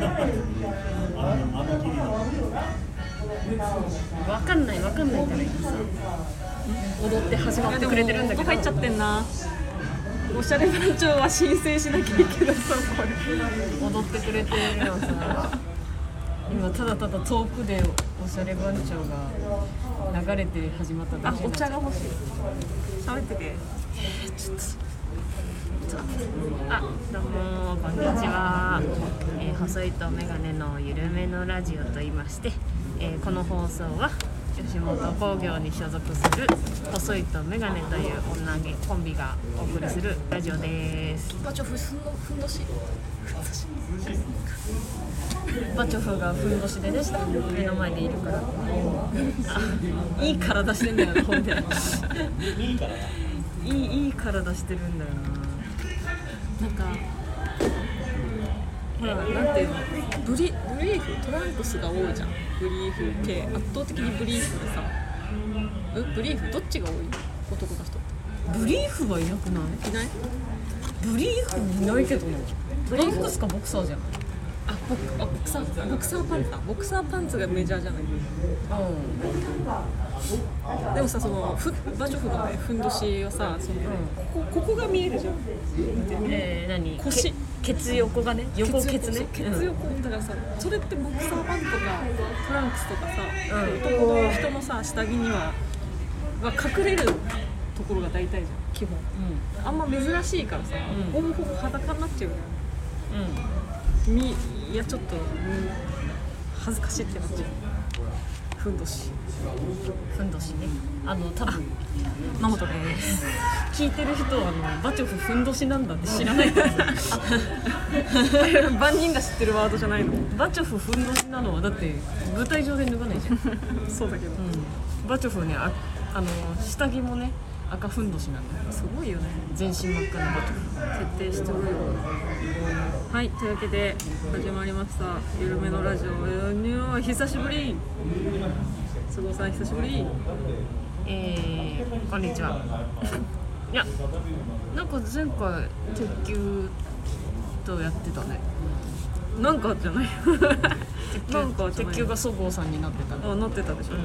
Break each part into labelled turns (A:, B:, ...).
A: あの、あの霧の。
B: わかんないわかんないからさ踊って始まってくれてるんだけど
C: 入っちゃってんなおしゃれ番長は申請しなきゃいけないそうこれ
B: 踊ってくれてるのさ今ただただ遠くでおしゃれ番長が流れて始まっただ
C: あ
B: け
C: お茶
B: が
C: が欲しい喋ってて
B: あどうもこんにちは、えー細いとメガネのゆるめのラジオと言いまして、えーこの放送は吉本興業に所属する細いとメガネという女芸コンビがお送りするラジオです
C: バチョフふんどふんどし
B: バチョフがふんどしでねした目の前でいるからあいい体してんだよなほんでいいいい体してるんだよ
C: なんかほらなんていうのブリブリーフトランクスが多いじゃんブリーフ系圧倒的にブリーフでさうブリーフどっちが多い男の人って
B: なブリーフはいなくない
C: いない
B: ブリーフいないけどねブリーフスかボクサーじゃん
C: あボクあボクサーボクサーパンツだボクサーパンツがメジャーじゃない
B: うん
C: でもさそのふバジョフのねふんどしはさその、ここここが見えるじゃん
B: えー、何
C: 腰
B: ケツ横がね横ケツね
C: ケツ横だからさそれってボクサーパンツとかトランクスとかさ、
B: うん
C: 男の人のさ下着にはは隠れるところが大体じゃん基本あんま珍しいからさ、
B: うん
C: ほぼほぼ裸になっちゃうよね
B: うん、うん
C: みいやちょっと、うん恥ずかしいってなっちゃうふんどし
B: ふんどしねあの多分
C: 野本です
B: 聞いてる人はあのバチョフふんどしなんだって知ら ないから
C: 万人が知ってるワードじゃないの
B: バチョフふんどしなのはだって舞台上で脱がないじゃん、
C: そうだけど、
B: バチョフはねああの下着もね赤ふんどしなんだよ
C: すごいよね
B: 全身真っ赤なバチョフ
C: 徹底してるよはいというわけで始まりました「ゆるめのラジオ」ニュー久しぶり須藤さん久しぶり
B: えー、こんにちは いやなんか前回鉄球とやってたね
C: なんかじゃないなんかじゃない
B: 鉄球がそごうさんになってたね
C: あなってたでしょ、
B: う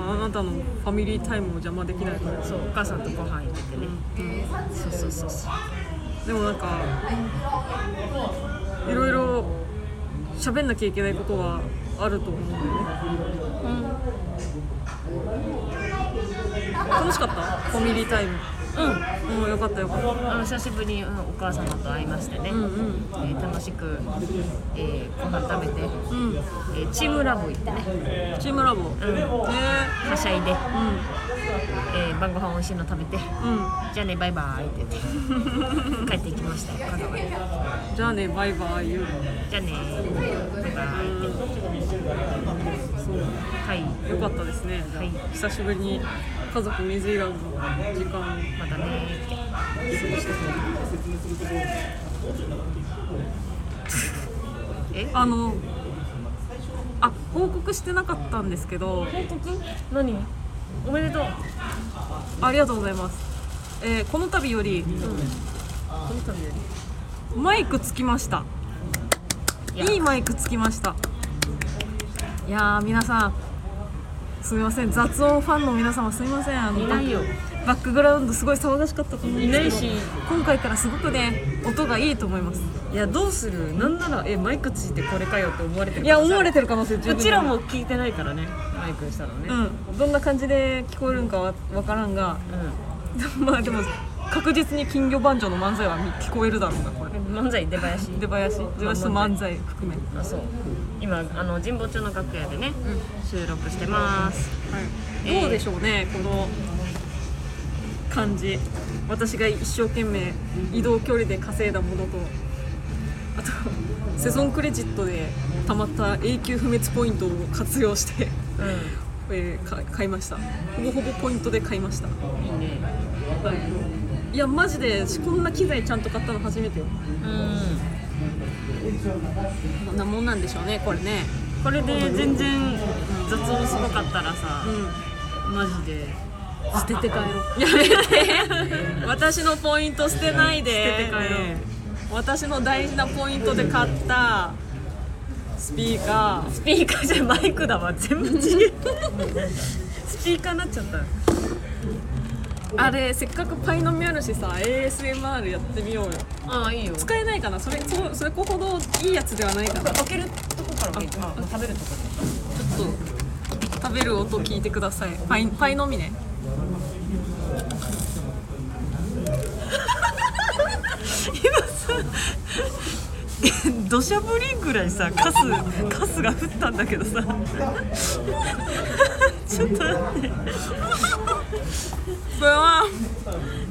C: あなたのファミリータイムを邪魔できないから
B: んそうお母さんとご飯行っててね、そうそうそうそう
C: でもなんかいろいろ喋んなきゃいけないことはあると思うんだよね、楽しかったファミリータイム
B: うん
C: うんよかったよかった
B: あの久しぶりに、うんお母様と会いましてね、
C: うんうん
B: えー楽しく、えーご飯食べて、
C: うん
B: えーチームラボ行ってね
C: チームラボ、ね
B: はしゃいで、
C: う
B: えー晩ご飯美味しいの食べて
C: んうん
B: じゃあねバイバーイって言 って帰っていきましたよ香川に
C: じゃあねバイバイ言う
B: じゃあねバイバーイって
C: そう
B: はい
C: よかったですね、
B: はい
C: 久しぶりに家族水いらずの時間を
B: またねーってえ
C: あのあ報告してなかったんですけど
B: 報告何おめでとう
C: ありがとうございます、えーこの度より、
B: この度よ
C: マイクつきました
B: り
C: いいマイクつきましたいやー皆さんすみません雑音ファンの皆様すみませんあの
B: いないよ
C: バックグラウンドすごい騒がしかったと思うんですけど
B: いないし
C: 今回からすごくね音がいいと思います
B: いやどうするなんならえマイクついてこれかよって思われてる
C: いや思われ
B: て
C: てる可能性十分
B: うちらも聞いてないからねマイクしたのね
C: うんどんな感じで聞こえるんかは分からんが まあでも確実に金魚番長の漫才は聞こえるだろうなこれ
B: うん、漫才出囃子
C: 出囃子出囃子漫才含め
B: あそう今あの神保町の楽屋でね、収録してます
C: はい、どうでしょうね、この感じ私が一生懸命移動距離で稼いだものとあとセゾンクレジットでたまった永久不滅ポイントを活用して、
B: う
C: えーか買いましたほぼほぼポイントで買いました
B: んいいね
C: いやマジでこんな機材ちゃんと買ったの初めてよ
B: うん
C: こんなもんなんでしょうねこれね
B: これで全然雑音すごかったらさ
C: う、ん
B: マジで捨てて帰ろう
C: やめて私のポイント捨てない
B: 捨てて
C: で
B: 帰ろう
C: 私の大事なポイントで買ったスピーカー
B: スピーカーじゃマイクだわ全 部違う
C: スピーカーになっちゃったあれせっかくパイの実あるしさ ASMR やってみようよ
B: ああいいよ
C: 使えないかなそれそそれほどいいやつではないかなちょっ
B: 開けるとこから見えてあ食べるとこ
C: と食べる音聞いてくださいパイパイの実ね
B: 土砂降りぐらいさカスカスが降ったんだけどさ ちょっと待って
C: これは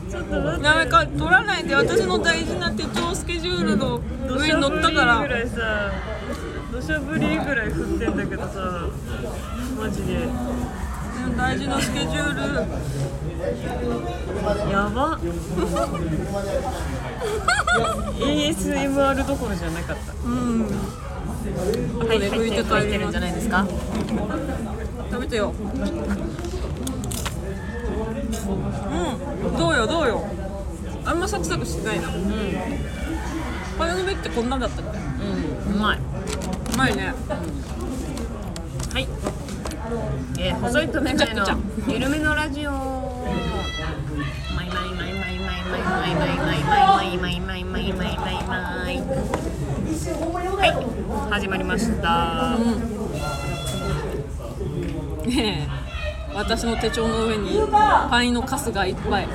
B: ちょっと待って
C: やめか取らないで私の大事な手帳スケジュールの上に乗ったか
B: 土砂降りぐ
C: ら
B: らいさ土砂降りぐらい降ってんだけどさマジで
C: 大事なスケジュール
B: やば ASMR どころじゃなかった
C: 後
B: はい
C: で
B: 入
C: 拭い
B: って
C: て
B: 入
C: 帰
B: って
C: り
B: るん
C: ま
B: じ
C: す
B: ゃないですか
C: 食べてようんどうよどうよあんまサクサクしてないなうんパイの実ってこんなんだったっけ
B: うんうまいう
C: まいね
B: はい、えー、細いとメガネの
C: ちゃく
B: ゆるめのラジオマイマイマイマイマイマイマイマイマイマイマイマイマイマイマイマイはい始まりました
C: ねえ私の手帳の上にパイのカスがいっぱい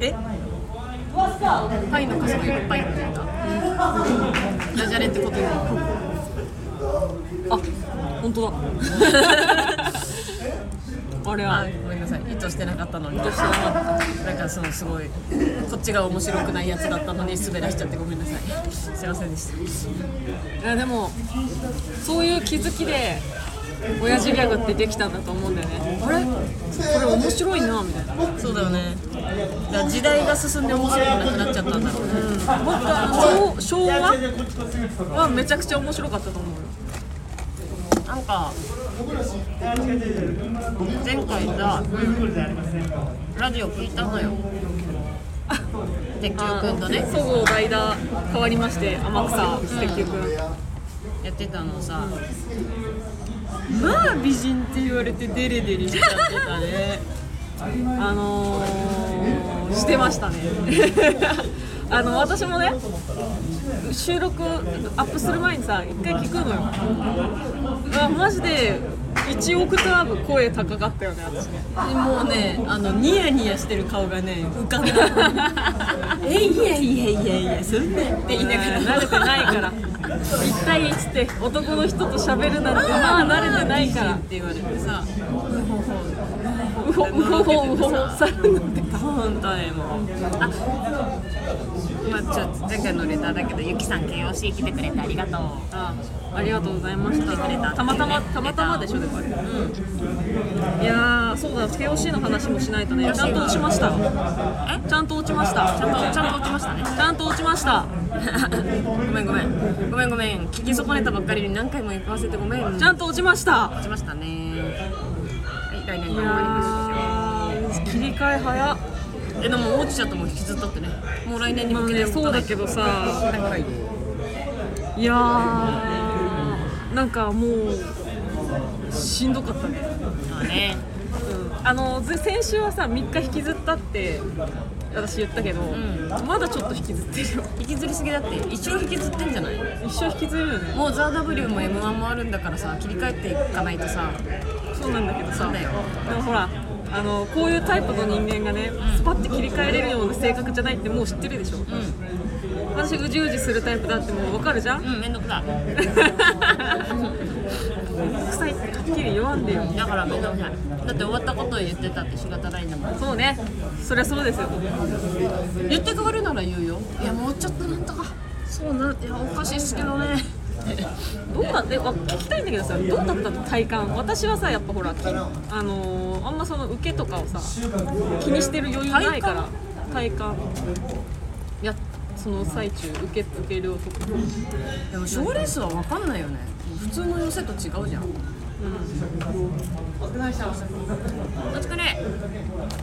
B: えパイの傘がいっぱい入ってたダジャレってことよ
C: あ本 当だあれは
B: あごめんなさい意図してなかったのに
C: どうしたの
B: なんかそのすごいこっちが面白くないやつだったのに滑らしちゃってごめんなさいすいませんでした
C: いやでもそういう気づきで親父ギャグってできたんだと思うんだよねあれこれ面白いなみたいなもう
B: そうだよね。だから時代が進んで面白くなくなっちゃったんだろうね。
C: 一回あの昭昭和はめちゃくちゃ面白かったと思うよ
B: なんか前回さラジオ聞いたのよ。鉄球くんとね
C: そごう代打変わりまして天草関くん
B: やってたのさ。
C: まあ美人って言われてデレデレしちゃってたねあのー、してましたね あの私もね収録アップする前にさ一回聞くのよあマジで1オクターブ声高かったよね私ね
D: もうね、あのニヤニヤしてる顔がね、浮か んだ。えいやいやいやいや、そんなって言いながら、
C: 慣れてないから1対1って男の人と喋るなんてまあ慣れてない から
D: って言われてさ、
C: うほうほうほうほうさ
D: 本当にもう。
B: まあちょ前回のレターだけどゆきさん KOC 来てくれてありがとう。
C: あありがとうございました。たまたまたまたまでしょでもあれ。うん。いやーそうだ KOC の話もしないとね。ちゃんと落ちました。え？ちゃんと落ちました。ちゃんと
B: ちゃんと落ちましたね。
C: ちゃんと落ちました。
B: ごめんごめんごめんごめん聞き損ねたばっかりに何回も言わせてごめん。
C: ちゃんと落ちました。
B: 落ちましたね。はい来年
C: い
B: 頑張りましょう。
C: やー切り替え早っ。
B: えでも落ちちゃったもん引きずったってねもう来年に
C: まあ
B: 向けて
C: ねそうだけどさ、
B: なんか
C: いやーなんかもうしんどかったね。
B: まあね
C: あのず先週はさ3日引きずったって私言ったけど、
B: ん
C: まだちょっと引きずってるよ
B: 引きずりすぎだって一生引きずってんじゃない
C: 一生引きずるよね
B: もう「ザ・ w も「m 1もあるんだからさ切り替えていかないとさ
C: そうなんだけど
B: そ
C: さ
B: うだよ
C: でもほらあのこういうタイプの人間がねスパッて切り替えれるような性格じゃないってもう知ってるでしょ、私うじうじするタイプだってもう分かるじゃん
B: うんめんどくさい
C: 臭いってはっきり言わんでよ
B: だからめんどくさいだって終わったことを言ってたって仕方ないんだもん
C: そうねそりゃそうですよ
B: 言って変わるなら言うよいやもうちょっとなんとかそうなんいやおかしいっすけどね
C: どうだってわ聞きたいんだけどさどうだったの体感私はさやっぱほらきあのーあんまその受けとかをさ気にしてる余裕ないから体感いやその最中受け付ける男
B: でも賞レースは分かんないよね普通の寄せと違うじゃんお疲れ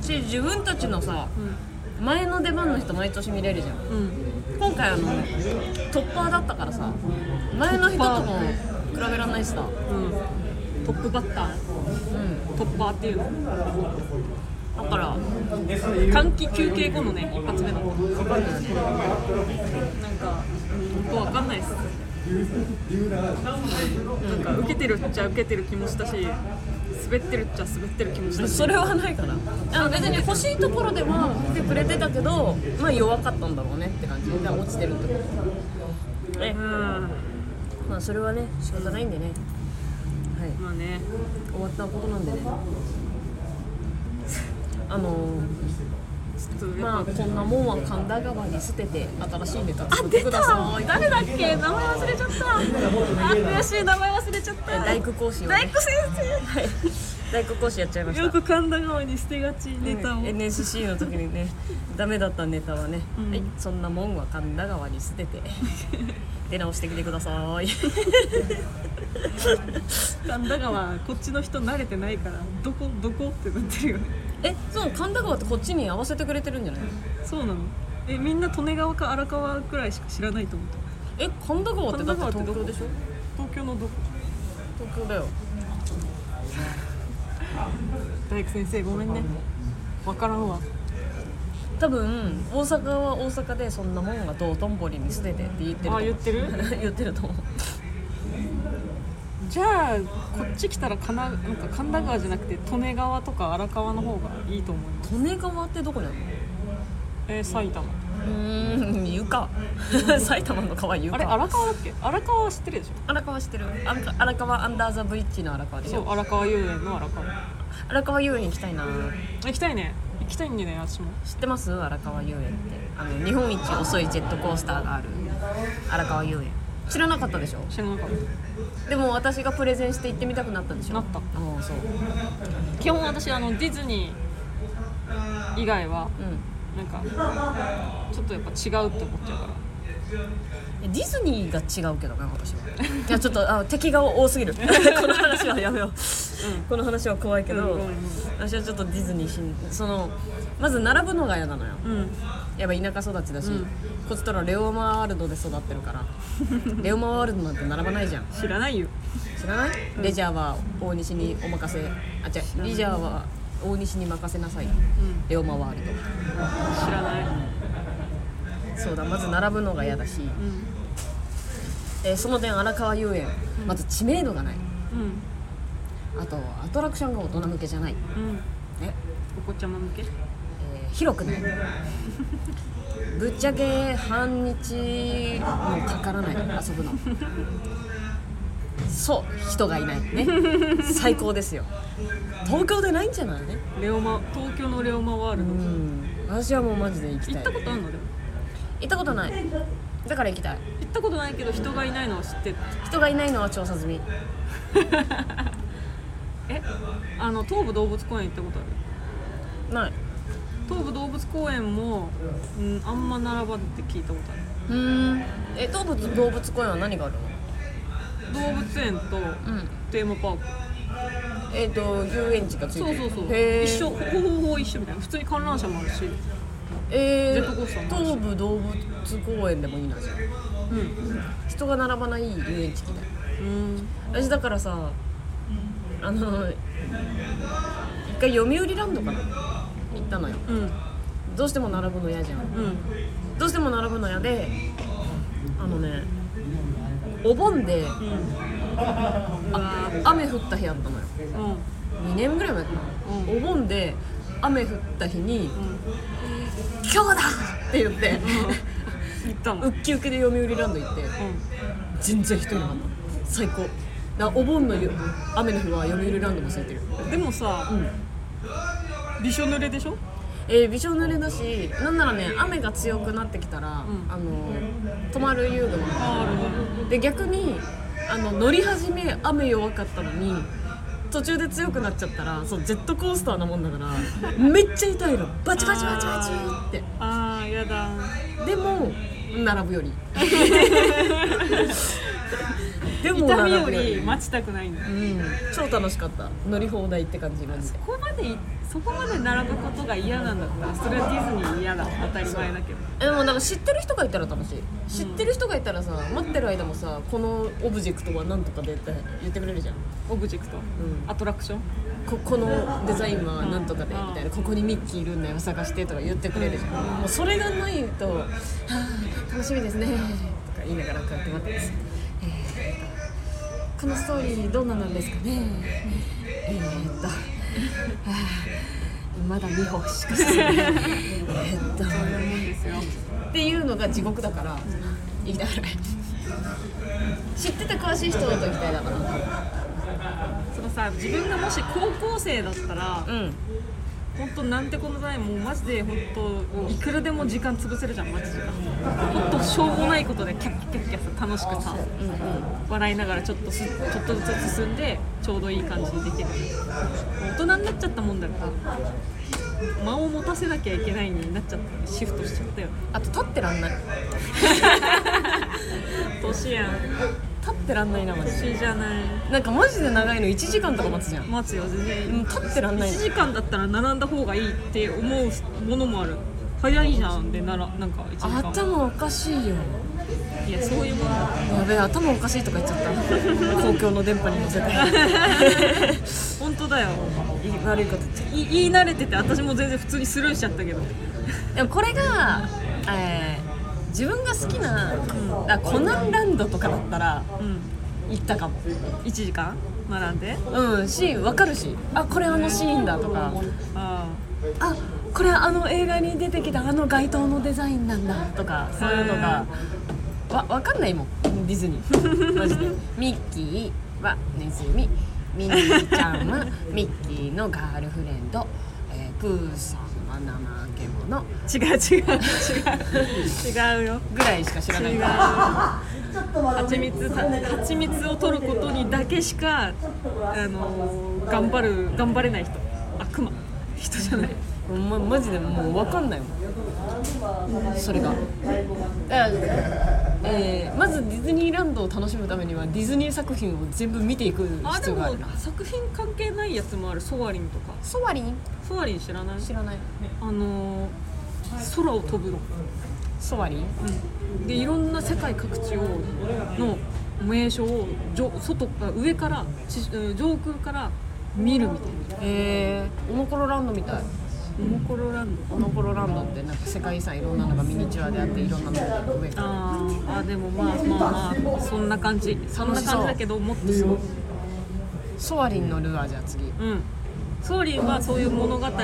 B: し自分たちのさ、前の出番の人毎年見れるじゃん
C: うん
B: 今今回あのトッパーだったからさ前の人とも比べられないしさ
C: うん、トップバッター
B: うん
C: トッパーっていうの
B: だから
C: 換気休憩後のね一発目だったなんか本当わかんないっすなんか受けてるっちゃ受けてる気もしたし滑ってるっちゃ滑ってる気もしたし
B: それはないからあの別に欲しいところでは来てくれてたけどまあ弱かったんだろうねって感じで落ちてるってことね
C: うんま
B: まあそれはね仕方ないんでねはい
C: あね
B: 終わったことなんでね あの
C: ちょっと
B: まあこんなもんは神田川に捨てて新しいネタ作ってください
C: 誰だっけ名前忘れちゃったあ悔しい名前忘れちゃった
B: 大工講師を、ね、
C: 大工先生
B: はい大工講師やっちゃいました
C: よく神田川に捨てがちネタを、
B: うん NSC の時にねダメだったネタはね、
C: うん
B: はいそんなもんは神田川に捨 てて出直してきてください
C: 神田川こっちの人慣れてないからどこどこってなってるよね
B: えそう神田川ってこっちに合わせてくれてるんじゃない
C: そうなのえみんな利根川か荒川くらいしか知らないと思った
B: え神田川ってだって
C: 神田川ってど
B: 東京で
C: こ
B: しょ
C: 東京のどこ
B: 東京だよ
C: 大工先生ごめんねわからんわ
B: 多分大阪は大阪でそんなもんが道頓堀に捨ててって言ってると思う
C: あ言って る
B: 言ってると思う
C: じゃあこっち来たらかななんか神田川じゃなくて利根川とか荒川の方がいいと思います
B: 利根川ってどこなのう
C: えー埼玉
B: ーん床 埼玉の川床
C: あれ荒川だっけ荒川は知ってるでし
B: 荒川知ってる荒川荒川アンダーザブリッジの荒川
C: ょ
B: でし
C: そ
B: ょ
C: う荒川遊園の荒川
B: 荒川遊園行きたいな
C: 行きたいね行きたいんでね私も
B: 知ってます荒川遊園ってあの日本一遅いジェットコースターがある荒川遊園知らなかったでしょ
C: 知らなかっ
B: でも私がプレゼンして行ってみたくなったでしたょ
C: なった
B: ああそう
C: 基本私あのディズニー以外は
B: うん
C: なんかちょっとやっぱ違うって思っちゃうから
B: ディズニーが違うけどな私はいやちょっとあ敵が多すぎる この話はやめよう、この話は怖いけど、
C: うんごめん
B: 私はちょっとディズニーしんそのまず並ぶのが嫌なのよ
C: うん
B: やっぱ田舎育ちだし、
C: うん
B: こっちとらレオマワールドで育ってるから レオマワールドなんて並ばないじゃん
C: 知らないよ
B: 知らない、レジャーは大西にお任せあ違うレジャーは大西に任せなさい、レオマワール
C: 知らない
B: ドそうだまず並ぶのが嫌だし、
C: うん
B: えーその点荒川遊園まず知名度がない、あとアトラクションが大人向けじゃない、
C: うんうん
B: ね
C: お子ちゃま向け
B: えー広く ないぶっちゃけ半日もかからない遊ぶのそう人がいないね最高ですよ東京でないんじゃないね
C: レオマ東京のレオマワール
B: う
C: ド
B: ん私はもうマジで行きたい
C: 行ったことあるのでも
B: 行ったことないだから行きたい
C: 行ったことないけど人がいないのは知ってる
B: 人がいないのは調査済み
C: えあの東武動物公園行ったことある
B: ない
C: 東武動物公園も、うん、あんま並ばんって聞いたことある
B: うんえ動物動物公園は何がある
C: 動物園と
B: のうん
C: テーマパーク
B: えっ、と遊園地がつい
C: そ
B: て
C: う
B: る
C: そうそう
B: へー
C: 一緒ほぼほぼ一緒みたいな普通に観覧車もあるし
B: え
C: ジェットコースタ
B: ー、
C: ーもあるし
B: 東武動物公園でもいいなじゃあ
C: うん
B: 人が並ばない遊園地みたい
C: うん
B: 私だからさあの一回読売ランドかな行ったのよ
C: うん
B: どうしても並ぶの嫌じゃん
C: うん
B: どうしても並ぶの嫌であのねお盆であ雨降った日あったのよ
C: うん
B: 2年ぐらい前かな、お盆で雨降った日に「今日だ!」って言って、
C: 行ったの
B: ウッキウキで読売ランド行って全然人いなかった最高だからお盆のよ雨の日は読売ランドも空いてる
C: うんでもさ、びしょ濡れでしょ
B: えー、びしょ濡れだしなんならね雨が強くなってきたら、
C: うん
B: あの泊まる遊具も
C: ある
B: で逆にあの乗り始め雨弱かったのに途中で強くなっちゃったらそうジェットコースターなもんだからめっちゃ痛いのバチバチバチバチって
C: あーやだ
B: でも並ぶよりでも
C: 痛みより待ちたくないんだよ
B: うん超楽しかった乗り放題って感じマジで
C: ここまでそこまで並ぶことが嫌なんだったらそれはディズニー嫌だ当たり前だけ
B: で
C: ど
B: もなんか知ってる人がいたら楽しい知ってる人がいたらさ待ってる間もさこのオブジェクトは何とかでって言ってくれるじゃん、
C: オブジェクト
B: うん、
C: アトラクション
B: ここのデザインは何とかで
C: うん
B: みたいなここにミッキーいるんだよ探してとか言ってくれるじゃんもうそれがないと「はあ楽しみですね」とか言いながらこうやって待ってます、えー、このストーリーどんななんですかねえー、っとはあまだ2歩しか進んでないえー、っとっていうのが地獄だから行きたくない知ってて詳しい人と行きたいだから
C: そのさ自分がもし高校生だったら
E: うん
C: 本当なんてことないもうマジで本当いくらでも時間潰せるじゃん待ち時間本当しょうもないことでキャッキャッキャッキャッさ楽しくさ
E: うんうん
C: 笑いながらちょっとすちょっとずつ進んでちょうどいい感じにできる大人になっちゃったもんだから間を持たせなきゃいけないになっちゃったシフトしちゃったよね
B: あと立ってらんない
C: 年やん
B: 立ってらんないなマジで
C: 年じゃない
B: なんかマジで長いの1時間とか待つじゃんも
C: 待つよ全然
B: う立ってらんない
C: 1時間だったら並んだ方がいいって思うものもある早いじゃんでならなんか1時間
B: 頭おかしいよ
C: いやそういうもんだ
B: やべえ頭おかしいとか言っちゃった公共の電波に乗せて
C: 本当だよ
B: 悪いこと言っちゃっ
C: い言い慣れてて私も全然普通にスルーしちゃったけど
B: た でもこれが、えー自分が好きな、あコナンランドとかだったら
C: うん
B: 行ったかも
C: 1時間並んで
B: うんし分かるしあこれあのシーンだとか
C: あ
B: あこれあの映画に出てきたあの街灯のデザインなんだとかそういうのがわ分かんないもんディズニーマジ でミッキーはネズミミニーちゃん はミッキーのガールフレンド、えープーさんは怠け者
C: あ違う違う違う違うよ
B: ぐらいしか知らない
C: 違う
B: から
C: 蜂蜜た蜂蜜を取ることにだけしか、あのー頑張る頑張れない人悪魔人じゃない
B: もうまマジでもう分かんないもんそれがだから、えーまずディズニーランドを楽しむためにはディズニー作品を全部見ていく
C: あ
B: 必
C: で
B: 要があ
C: も
B: るな
C: 作品関係ないやつもあるソワリンとか
B: ソワリン
C: ソワリン知らない
B: 知らない
C: あのー空を飛ぶの、
B: ソワリン
C: うん、でいろんな世界各地をの名所を上外あ上から地うん上空から見るみたいな
B: えー、オノコロランドみたい
C: モモコロランド
B: オノコロランドってなんか世界遺産いろんなのがミニチュアであっていろんなのが上から
C: あーあでもまあまあまあそんな感じそんな感じだけどもっとすごい
B: ソワリンのルアーじゃあ次
C: うんソーリンはそういう物語とか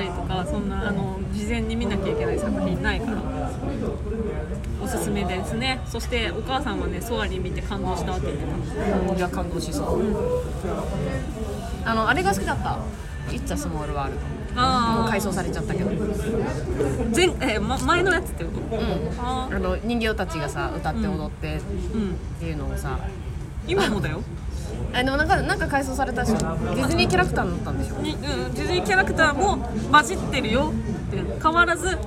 C: そんなあの事前に見なきゃいけない作品ないからおすすめですねそしてお母さんはねソワリン見て感動したって言ってた
B: うんじゃあ感動しそう、あのあれが好きだった「イッツ・ア・スモール・ワールド」もう
C: あ
B: 改装されちゃったけど、うん、
C: ー前、えーま、前のやつってことあ
B: あの人形たちがさ歌って踊ってっ
C: ーうん
B: ていうのをさ
C: 今もだよ
B: あでもなんかなんか改装されたでしょディズニーキャラクターになったんでしょ
C: に、うん、ディズニーキャラクターも混じってるよって変わらず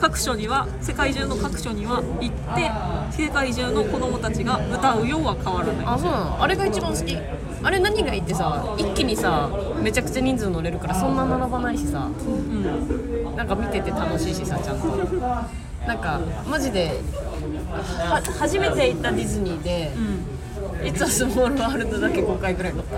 C: 各所には世界中の各所には行って世界中の子供たちが歌うようは変わらない
B: あそうなのあれが一番好きあれ何がいいってさ一気にさめちゃくちゃ人数乗れるからそんな並ばないしさ
C: うん
B: なんか見てて楽しいしさちゃんとなんかマジでは初めて行ったディズニーで「いつはスモールワールド」だけ5回ぐらい乗った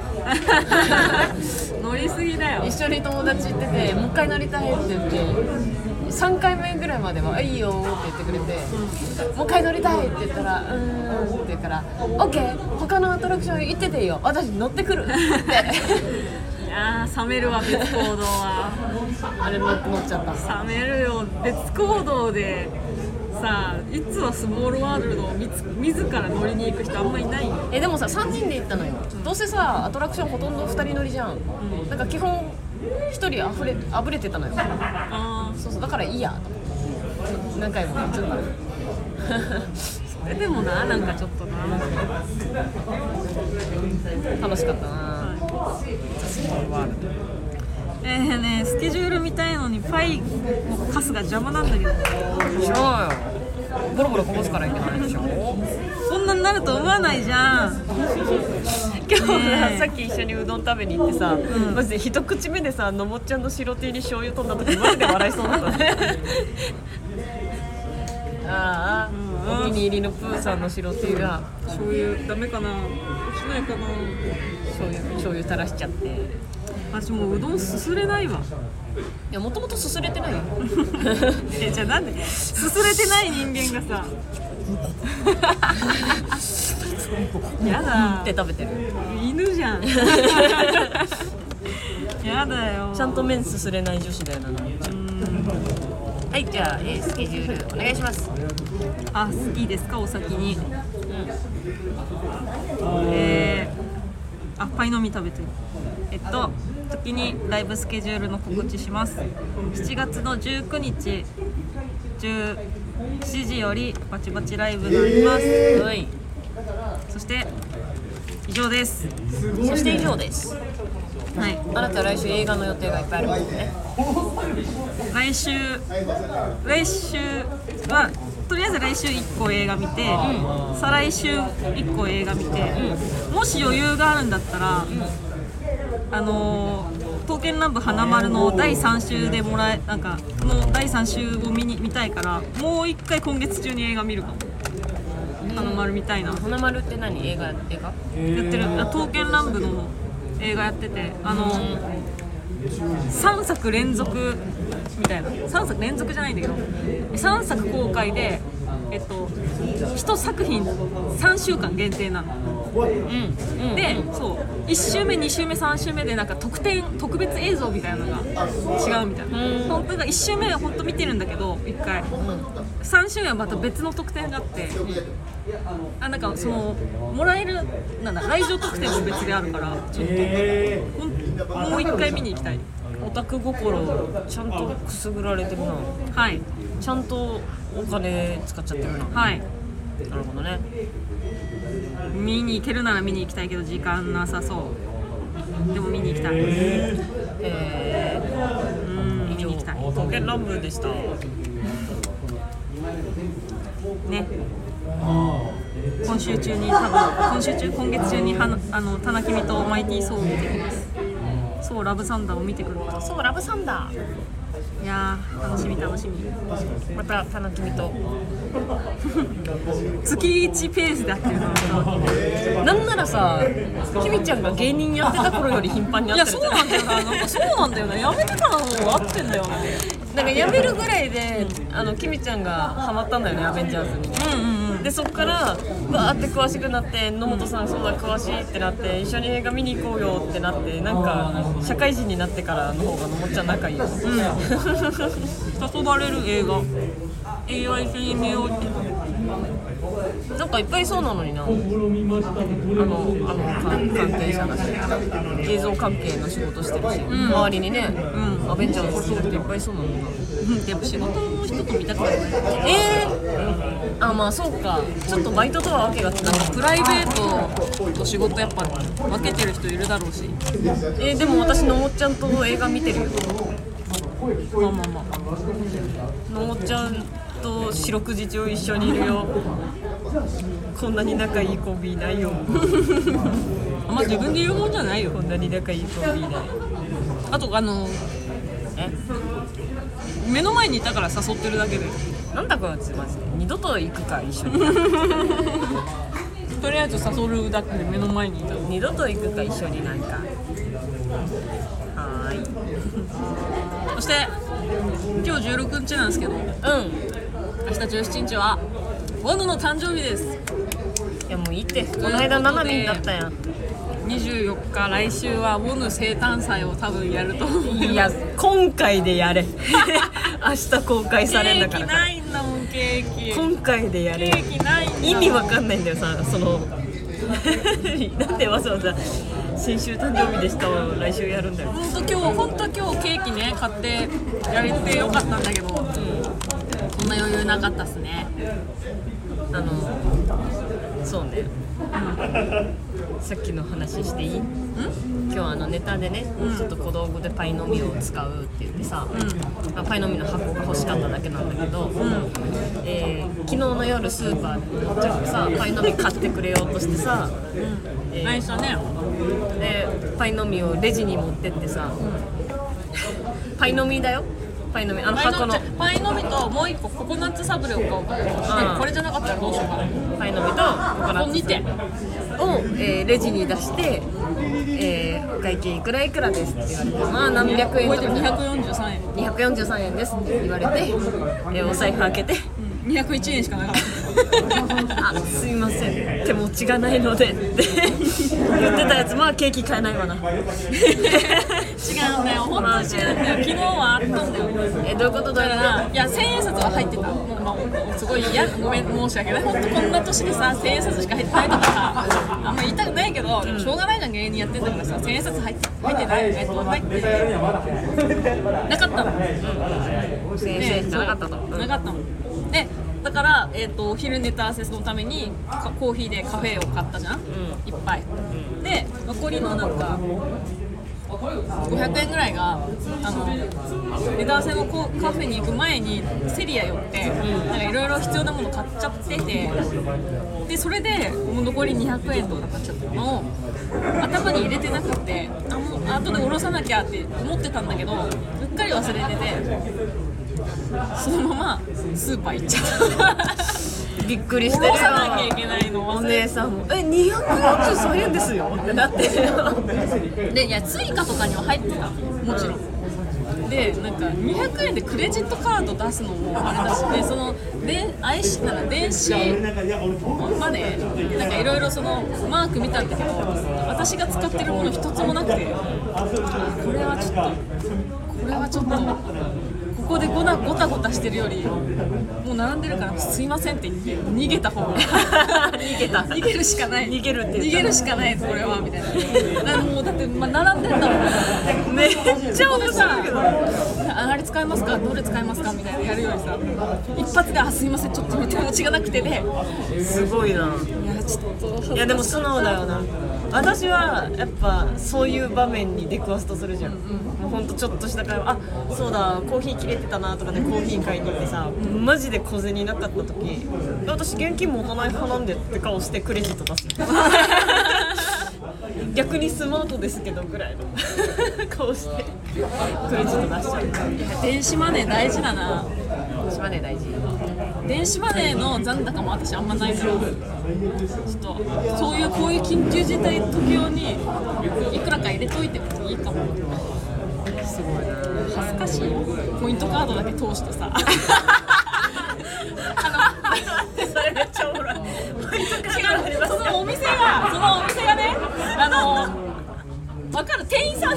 C: うん乗りすぎだよ
B: 一緒に友達行ってて「もう一回乗りたい」って言って3回目ぐらいまでは「いいよ」って言ってくれて「もう一回乗りたい」って言ったら「うーん」って言うから「OK 他のアトラクション行ってていいよ私乗ってくる」って
C: いやー冷めるわ別行動は
B: あれ乗乗っちゃった
C: 冷めるよ別行動でさあいつはスモールワールドをみつ自ら乗りに行く人あんまりいないよ
B: えでもさ3人で行ったのよどうせさアトラクションほとんど2人乗りじゃん、なんか基本1人あふれあぶれてたのよ
C: あ
B: そうそうだからいいやと思って何回も乗っちゃった
C: ーえでもななんかちょっとな
B: 楽しかったな
C: えーねスケジュール見たいのにパイのカスが邪魔なんだけど
B: 知らないよボロボロこぼすからいけないでしょ
C: そんんなになると思わないじゃん
B: 今日さ、
C: ねえ
B: さっき一緒にうどん食べに行ってさ、マジで一口目でさのもっちゃんの白 T に醤油飛んだ時マジで笑いそうだったね ああ、お気に入りのプーさんの白 T が
C: 醤油ダメかなしないかな
B: 醤油醤油垂らしちゃってい
C: 私もううどんすすれないわ
B: やもともとすすれてないよ
C: えじゃあなんですすれてない人間がさ やだ
B: で食べてる
C: 犬じ ゃんやだよ
B: ちゃんと麺すすれない女子だよなのもちゃん
F: はいじゃあ、えースケジュールお願いします
C: あ好きですかお先に、えーあパイのみ食べてるえっと先にライブスケジュールの告知します7月の19日17時よりバチバチライブがあります、
B: はい
C: そして以上です
B: そして以上です
C: はい
B: あなた来週映画の予定がいっぱいあるもんね
C: 来週来週はとりあえず来週1個映画見て、再来週1個映画見て、もし余裕があるんだったら、あのー刀剣乱舞花丸の第3週でもらえなんかの第3週を見に見たいからもう1回今月中に映画見るかも、花丸みたいなや
B: 花丸って何映画映画
C: ってるあ刀剣乱舞の映画やっててあの3作連続みたいな3作連続じゃないんだけど3作公開でえっと1作品3週間限定なの、
B: うん
C: でそう1週目2週目3週目でなんか特典特別映像みたいなのが違うみたいな本当が1週目は本当見てるんだけど1回、3週目はまた別の特典があって、あなんかそのもらえるなんだ来場特典も別であるからちょっ
G: え
C: とほんもう1回見に行きたい
B: オタク心ちゃんとくすぐられてるな
C: はい
B: ちゃんとお金使っちゃってるな
C: はい
B: なるほどね
C: 見に行けるなら見に行きたいけど時間なさそうでも見に行きたい、
B: え
C: うん
B: ー、
C: 見に行きたい
B: 刀剣乱舞でした
C: ね今週中に多分今週中今月中にはなあの田中君とマイティーソーを見てきますそうラブサンダーを見てくる
F: そうラブサンダー
C: いやー楽しみ楽しみ
F: また田中君と
C: 月1ペースでやってるから
B: なんならさきみちゃんが芸人やってた頃より頻繁に
C: い
B: 会
C: や
B: ってる
C: そう
B: じゃん
C: なんだよななんかそうなんだよねやめてからの方が合ってんだよね
B: なんかやめるぐらいであのきみちゃんがハマったんだよねアベンジャーズに
C: うんうんうん
B: でそっからわーって詳しくなって野本さんそうだ詳しいってなって一緒に映画見に行こうよってなってなんか社会人になってからの方がのもっちゃん仲いいよ、
C: 誘われる映画映画一緒に見ようって
B: なんかいっぱいいそうなのになあのあの関関係者だし映像関係の仕事してるし、周りにね、アベンジャーズ好きな人いっぱいいそうなのにな
C: うんでも仕事の人と見たくない
B: えー、あまあそうかちょっとバイトとはわけが違う
C: プライベートと仕事やっぱ分けてる人いるだろうし
B: えーでも私のもっちゃんと映画見てるよ
C: まあまあまあ
B: のもっちゃんと四六時中一緒にいるよこんなに仲いいコンビいないよ
C: あんま自分で言うもんじゃないよ
B: こんなに仲いいコンビいない
C: あとあの目の前にいたから誘ってるだけで
B: なんだこいつマジで二度と行くか一緒に
C: とりあえず誘るだけで目の前にいた
B: 二度と行くか一緒になんかはーい
C: そして今日16日なんですけど明
B: う
C: 日17日はワノの誕生日です
B: んいやもういいってこの間ななみんだったやん
C: 24日来週はボヌ生誕祭を多分やると思う
B: いや今回でや れ明日公開
C: ケ
B: されんだ
C: ー
B: か
C: キ
B: ら
C: ないんだもんケーキケ
B: 今回でやれよ
C: ーキないんだもん
B: 意味わかんないんだよさその なんでわざわざ先週誕生日でしたわ来週やるんだよ
C: 本当今日本当今日ケーキね買ってやれてよかったんだけど、そんな余裕なかったっすね
B: あのそうね、さっきの話していい今日あのネタでね、ちょっと小道具でパイの実を使うって言ってさ、まあパイの実の箱が欲しかっただけなんだけど、えー昨日の夜スーパーでちょっとさパイの実買ってくれようとしてさ、えー
C: 内緒ね
B: でパイの実をレジに持ってってさ、パイの実だよパイの実あの
C: パイ
B: 箱
C: の
B: の
C: 実パイの実ともう一個ココナッツサブレを買おうか
B: うん
C: これじゃなかったらどうしようかな
B: パイの実とココナ
C: こ
B: ッ
C: こ
B: ツ
C: にて
B: を、えーレジに出して、えーお会計いくらいくらですって言われて、まあ何百円
C: 覚え
B: と
C: て
B: か
C: る243円
B: 243円ですって言われて、えーお財布開けて、
C: 201円しかなかった
B: あすいません、手持ちがないのでって 言ってたやつ、まあケーキ買えないわ な。
C: 違うんだよ本当に違うんだよ昨日はあったんだよ
B: えどういうことどういう
C: だ
B: こ
C: からいや千円札は入ってたもう、まあ、すごい嫌ごめん申し訳ない本当こんな年でさ千円札しか入ってないとかさあんま言いたくないけどでもしょうがないじゃん芸人やってんだからさ千円札入って入ってないえっと入ってなかったの
B: と千円じゃなかったと。うん
C: なかったのでだから、えー、とお昼ネタ合わせのためにかコーヒーでカフェを買ったじゃん、いっぱい、で残りのなんか500円ぐらいがあのネタ合わせのこうカフェに行く前にセリア寄ってなんかいろいろ必要なもの買っちゃっててでそれでもう残り200円とか買っちゃったのを頭に入れてなくてあもう後で下ろさなきゃって思ってたんだけどうっかり忘れてて。そのままスーパー行っちゃった
B: びっくりし
C: 下
B: てる
C: ろ
B: よ。
C: さなきゃいけないの
B: お
C: 忘
B: 姉
C: れ
B: さんもえ243円ですよってなってるよ。
C: てでいや追加とかには入ってたもちろんでなんか200円でクレジットカード出すのもあれだしでそので IC なら電子マネーなんかいろいろそのマーク見たんだけど私が使ってるもの一つもなくてあこれはちょっとこれはちょっとここでごなごたごたしてるよりもう並んでるからすいませんって言って逃げた方が逃げた逃げるしかない逃げるって逃げるしかないこれはみたいなだからもうだって、まあ、並んでんだもんめっちゃ面白いけどああれ使えますかどれ使えますかみたいなやるよりさ一発で「あすいませんちょっと手持ちがなくてで、
B: すごいな。
C: いやちょっと
D: いやでも素直だよな私はやっぱそういう場面に出くわすとするじゃん、もうほんとちょっとした会話あそうだコーヒー切れてたなとかでコーヒー買いに行ってさマジで小銭なかった時私現金持たない派なんでって顔してクレジット出すよ逆にスマートですけどぐらいの顔してクレジット出しちゃう
C: 電子マネー大事だな
B: 島根大事。
C: 電子マネーの残高も私あんまないからちょっとそういうこういう緊急事態時用にいくらか入れといてもいいかも
B: すごいな。
C: 恥ずかしいポイントカードだけ通してさ
B: それめっちゃおもろい。ポイントカードあり
C: 違
B: ま
C: う
B: す
C: そのお店がそのお店がねあの分かる店員さんが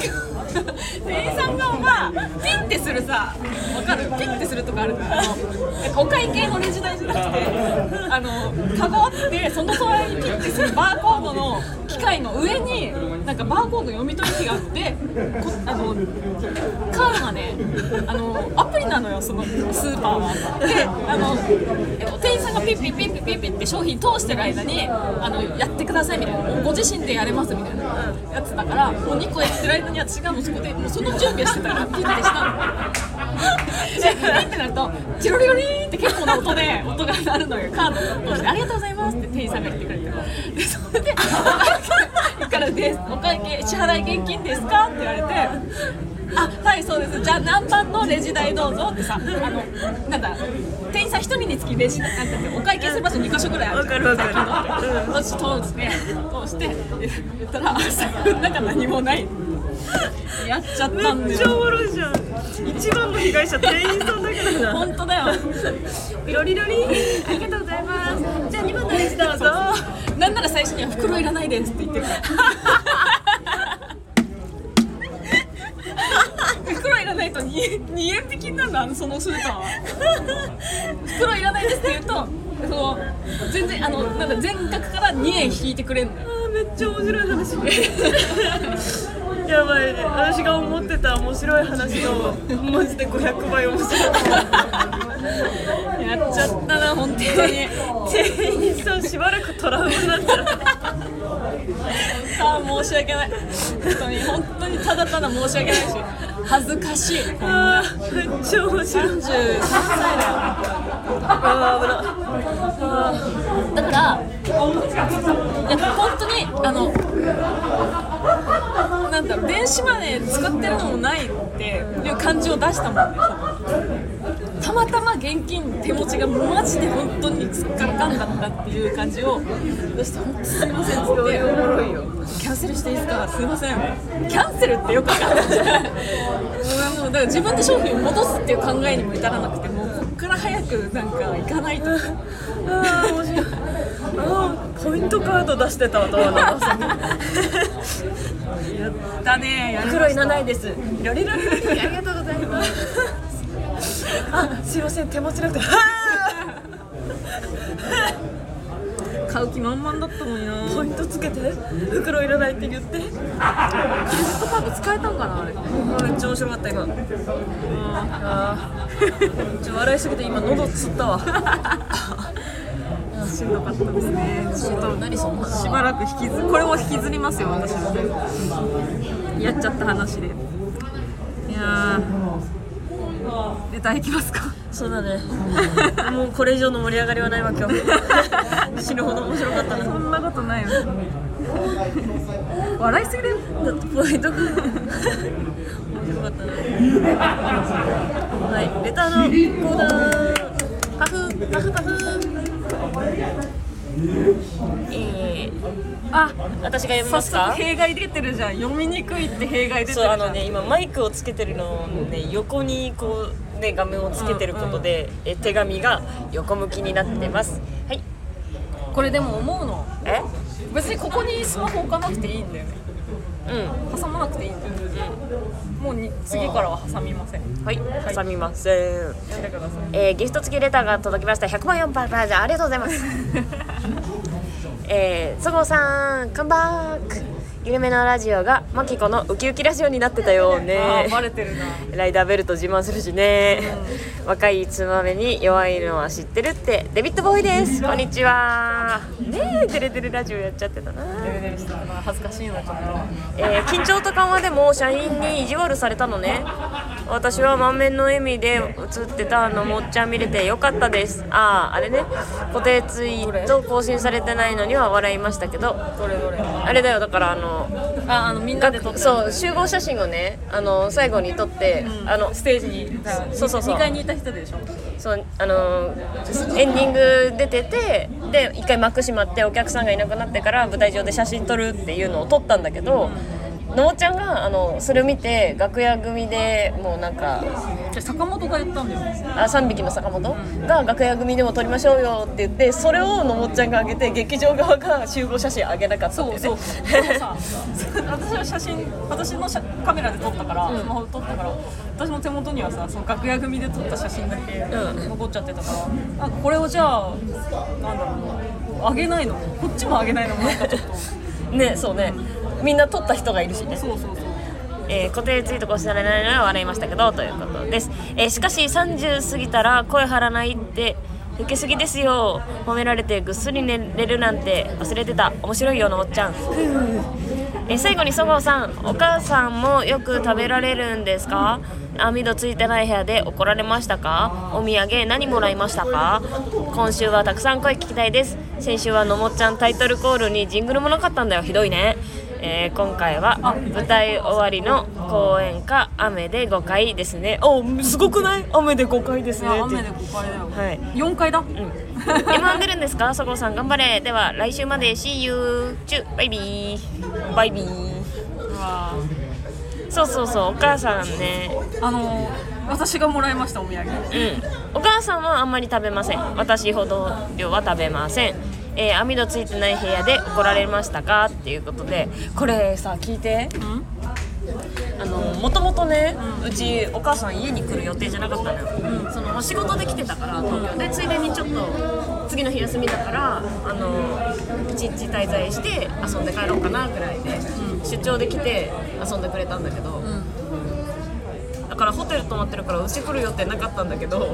C: 店員さんがまあピッてするさ分かるピッてするとかあるんだけどなんかお会計のレジ台じゃなくてあのカゴあってその隣にピッてするバーコードの機械の上になんかバーコード読み取り機があってこあのカードがねあのアプリなのよそのスーパーはであのえっと店員さんがピッピッピッピッピッピッって商品通してる間にあのやってくださいみたいなご自身でやれますみたいなやつだからもう2個やってる間に私がもうそこでもうその準備をしてたからピッてしたの。でピッてなるとチロリロリーンって結構な音で音が鳴るのよカードの音で「ありがとうございます」って店員さんが言ってくれてでそれで「いくらですお会計支払い現金ですか?」って言われて「あはいそうですじゃあ何番のレジ代どうぞ」ってさあのなんだ店員さん1人につきレジなんだってお会計する場所2か所ぐらいあるじゃん
B: わかるわ
C: 私通して通して言ったら「財布の中何もない」やっちゃったんだ
B: めっちゃお
C: よ
B: もろいじゃん。一番の被害者店員さんだけどな。
C: 本当だよ
B: ピロリロリありがとうございます。じゃあ二番のレジどうぞ。
C: なんなら最初には袋いらないですって言ってるから 袋いらないと 2, 2円引きになるのあのそのスーパーは 袋いらないですって言うとその全然あのなんか全額から2円引いてくれるのよ
B: めっちゃ面白い話。
C: やばいね私が思ってた面白い話のマジで500倍面白いやっちゃったな本当に店員さんしばらくトラウマになっちゃったあー申し訳ない本当に本当にただただ申し訳ないし
D: 恥ずかしい
C: あーめっちゃ面白い33歳だよあー危ない
D: だからいや本当に
C: あのなんだろう電子マネー使ってるのもないっていう感じを出したもんねたまたま現金手持ちがマジで本当につっからかんだったっていう感じを出して「本当すいません」っつって「キャンセルしていいですかすいません」キャンセルってよくわかんないじゃないもうだから自分で商品を戻すっていう考えにも至らなくてもうこっから早くなんか行かないとああ面 白いああポイントカード出してたわとはなやったねやりました
D: 黒いのないです
C: やりられる
B: ありがとうございます
C: あすいません手持ちなくて 買う気満々だったのになポイントつけて袋いらないって言ってクレジットカード使えたんかなあれめっちゃ面白かった今あーちょ笑いすぎて今喉つった わしんどかったですねちょっと何そのしばらく引きずこれも引きずりますよ私もやっちゃった話でいやーネタいきますか
A: そうだね もうこれ以上の盛り上がりはないわ 今日死ぬほど面白かったな
C: そんなことないよ。笑いすぎだよ。
A: だってポイントが面白かったなはいレターのコーナーパフパフパフえー、あ私が読みますか
C: 弊害出てるじゃん。読みにくいって弊害出てるじ
A: そう
C: ゃん。
A: あのね今マイクをつけてるのをね横にこうね画面をつけてることで、え手紙が横向きになってますはい
C: これでも思うの。
A: え
C: 別にここにスマホ置かなくていいんだよね。
A: う
C: 挟まなくていいんだよね。もうに次からは挟みません。
A: んはい挟みません、
C: 読んでください。
A: えー、ギフト付きレターが届きました100万4パーパーじゃありがとうございますえー、そごうさんカンバックゆるめのラジオがマキコのウキウキラジオになってたよ
C: あ
A: ね
C: ーバレてるな。
A: ライダーベルト自慢するしね、若いつまめに弱いのは知ってるってデビッドボーイですこんにちはねえデレデレラジオやっちゃってたな
C: デレデレしてるな恥ずかしいなちょっと。
A: えー緊張と緩和でも社員に意地悪されたのね私は満面の笑みで写ってたあのもっちゃん見れてよかったですあああれね固定ツイート更新されてないのには笑いましたけど
C: どれどれ。あ
A: あれだよだからあの
C: あのみんなで撮ってる。
A: そう集合写真をねあの最後に撮って、あの
C: ステージに。
A: そうそうそう
C: 二階にいた人でしょ。
A: そうあのエンディング出ててで一回幕閉まってお客さんがいなくなってから舞台上で写真撮るっていうのを撮ったんだけど。のもちゃんがあのそれを見て楽屋組でもうなんか
C: じゃあ坂本がやったんだよ。
A: あ3匹の坂本が楽屋組でも撮りましょうよって言ってそれをのもっちゃんが上げて劇場側が集合写真上げなかったん
C: そ
A: だ
C: う
A: よ
C: そう
A: ね
C: そう。でもさ、私は写真、私の写カメラで撮ったから、スマホで撮ったから、私の手元にはさ、その楽屋組で撮った写真だけ
A: ん
C: 残っちゃってたから、あこれをじゃあなんだろうな、あげないの、こっちもあげないのもなんかちょっと、そう
A: ねそうねみんな撮った人がいるしね
C: そうそう。
A: えー固定ツイート更新されないのは笑いましたけどということです、えーしかし30過ぎたら声張らないって老けすぎですよ褒められてぐっすり寝れるなんて忘れてた面白いよのおっちゃんふうえー最後にそごうさんお母さんもよく食べられるんですか網戸ついてない部屋で怒られましたかお土産何もらいましたか今週はたくさん声聞きたいです先週はのもっちゃんタイトルコールにジングルもなかったんだよひどいねえー今回は舞台終わりの公演か雨で5回ですねおすごくない雨で5回です
C: い
A: ねって
C: や雨でここあれだよ。
A: はい
C: 4階だ。
A: うん M1 出るんですかそこさん頑張れでは来週まで See you チューバイビーバイビー
C: うわ
A: そうそうそうお母さんね
C: あの私がもらいましたお土産。
A: うんお母さんはあんまり食べません私ほど量は食べませんえー網戸ついてない部屋で怒られましたかっていうことでこれさ聞いて
C: ん
A: あのもともとね、うちお母さん家に来る予定じゃなかったのよ、その仕事で来てたから東京でついでにちょっと次の日休みだからあの1日滞在して遊んで帰ろうかなぐらいで、出張で来て遊んでくれたんだけど、だからホテル泊まってるからうち来る予定なかったんだけど、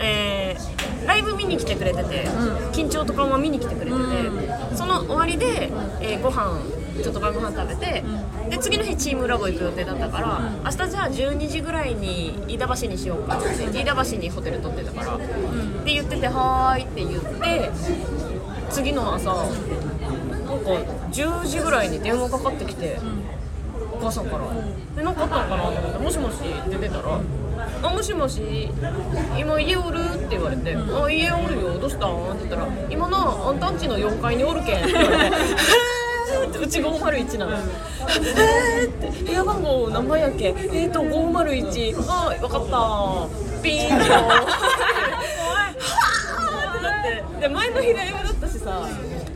A: えーライブ見に来てくれてて、緊張とかも見に来てくれてて、その終わりで、えーご飯ちょっと晩ご飯食べて、で次の日チームラボ行く予定だったから、明日じゃあ12時ぐらいに飯田橋にしようかって言って飯田橋にホテル取ってたから、って言ってて「はーい」って言って次の朝なんか10時ぐらいに電話かかってきて。お母さんから「でなんかあったのかな?」と思って「もしもし」って出たら「あもしもし今家おる?」って言われて「あ家おるよどうしたん?」って言ったら「今なあんたんちの4階におるけん」って言われてえー って。うち501なの、えーって部屋番号何番やっけえー、と501はい分かったピーンよはーってなってで前の日ライブだったしさ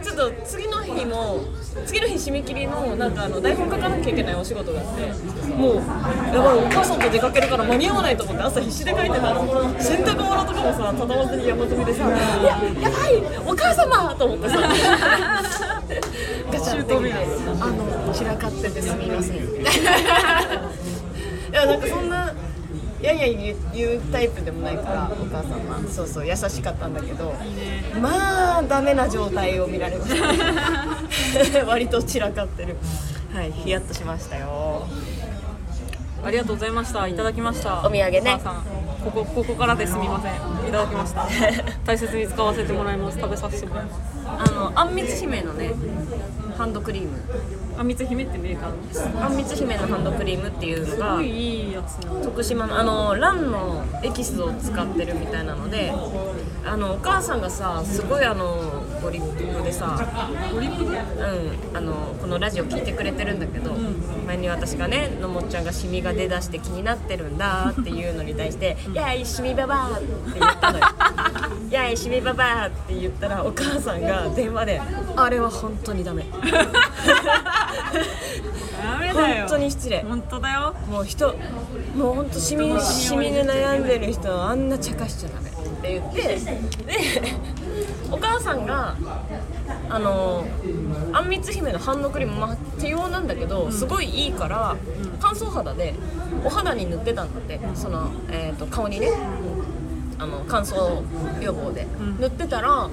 A: ちょっと次の日も次の日締め切りのなんかあの台本書かなきゃいけないお仕事があってもうやばいお母さんと出かけるから間に合わないと思って朝必死で書いてたら洗濯物とかもさ畳まずに山積みでさ「いややばいお母様!」と思ってさガチャってみたいあの散らかっててすみません いやなんかそんないやいや言う言うタイプでもないからお母さんはそうそう優しかったんだけどまあダメな状態を見られました 割と散らかってるはいヒヤッとしましたよ
C: ありがとうございましたいただきました
A: お土産ね
C: お母さんここここからですみませんいただきました大切に使わせてもらいます食べさせてもらいます
B: あのあんみつ姫のねハンドクリーム
C: あみつ姫ってメーカーのす
B: あんみつ姫のハンドクリームっていうのが
C: ごいいいやつなの
B: 徳島のあのランのエキスを使ってるみたいなのであのお母さんがさすごいあのご立派でさ
C: ドリップで
B: うん、あのこのラジオ聞いてくれてるんだけど、前に私がねのもっちゃんがシミが出だして気になってるんだっていうのに対して「やいシミババア」って言ったのよ 「やいシミババア」って言ったらお母さんが電話で「あれは本当にダメ
C: ダメだよ
B: 本当に失礼」
C: 本当だよ
B: もう人もうほんとシミシミで悩んでる人はあんな茶化しちゃダメって言ってでお母さんがあのあんみつ姫のハンドクリーム、まあ、手用なんだけどすごいいいから乾燥肌でお肌に塗ってたんだってその、えー、と顔にねあの乾燥予防で塗ってたら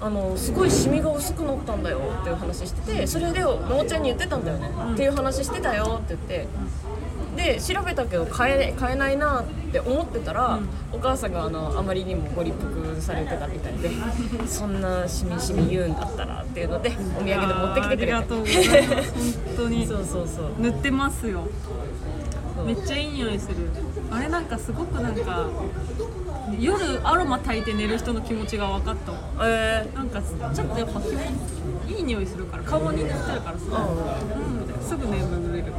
B: あのすごいシミが薄くなったんだよっていう話しててそれでのもちゃんに言ってたんだよねっていう話してたよって言ってで調べたけど買え買えないなって思ってたら、お母さんがあのあまりにもご立腹されてたみたいでそんなしみしみ言うんだったらっていうのでお土産で持ってきてくれて
C: ありがとうございます本当に
B: そうそうそう
C: 塗ってますよ
B: そう
C: めっちゃいい匂いするあれなんかすごくなんか夜アロマ炊いて寝る人の気持ちが分かったわ
B: え
C: なんかちょっとやっぱ気持ちいい匂いするから顔に塗ってるからさ、うんみたいなすぐ眠れる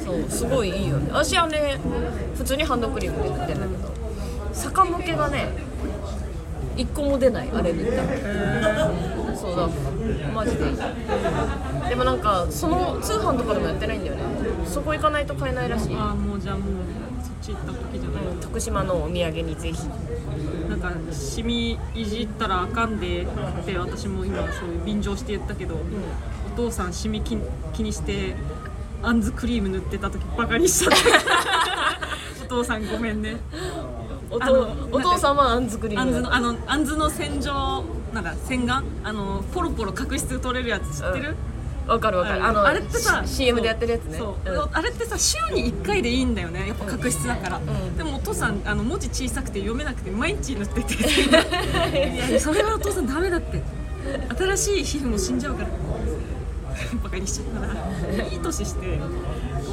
B: ー、そうすごいいいよね私はね普通にハンドクリームで塗ってんだけど逆向けがね一個も出ないあれ塗ったらそうだマジでいいでもなんかその通販とかでもやってないんだよねそこ行かないと買えないらしい
C: ああもうじゃあもうそっち行った時じゃない
B: 徳島のお土産にぜひ
C: なんかシミいじったらあかんでって私も今そういう便乗して言ったけど、お父さんシミ気気にしてあんずクリーム塗ってた時バカにしちゃったお父さんごめんね
B: お
C: あ
B: と
C: の
B: お父さんはあんずクリ
C: あ
B: ー
C: んず
B: ム
C: のあのあんずの洗浄なんか洗顔あのポロポロ角質取れるやつ知ってる、
B: わかるわかるあの
C: あれってさ
B: し CM でやってるやつね
C: そう
B: うん
C: あれってさ週に1回でいいんだよねやっぱ角質だから、でもお父さんあの文字小さくて読めなくて毎日塗ってていや それはお父さんダメだって新しい皮膚も死んじゃうからバカにしちゃったないい年して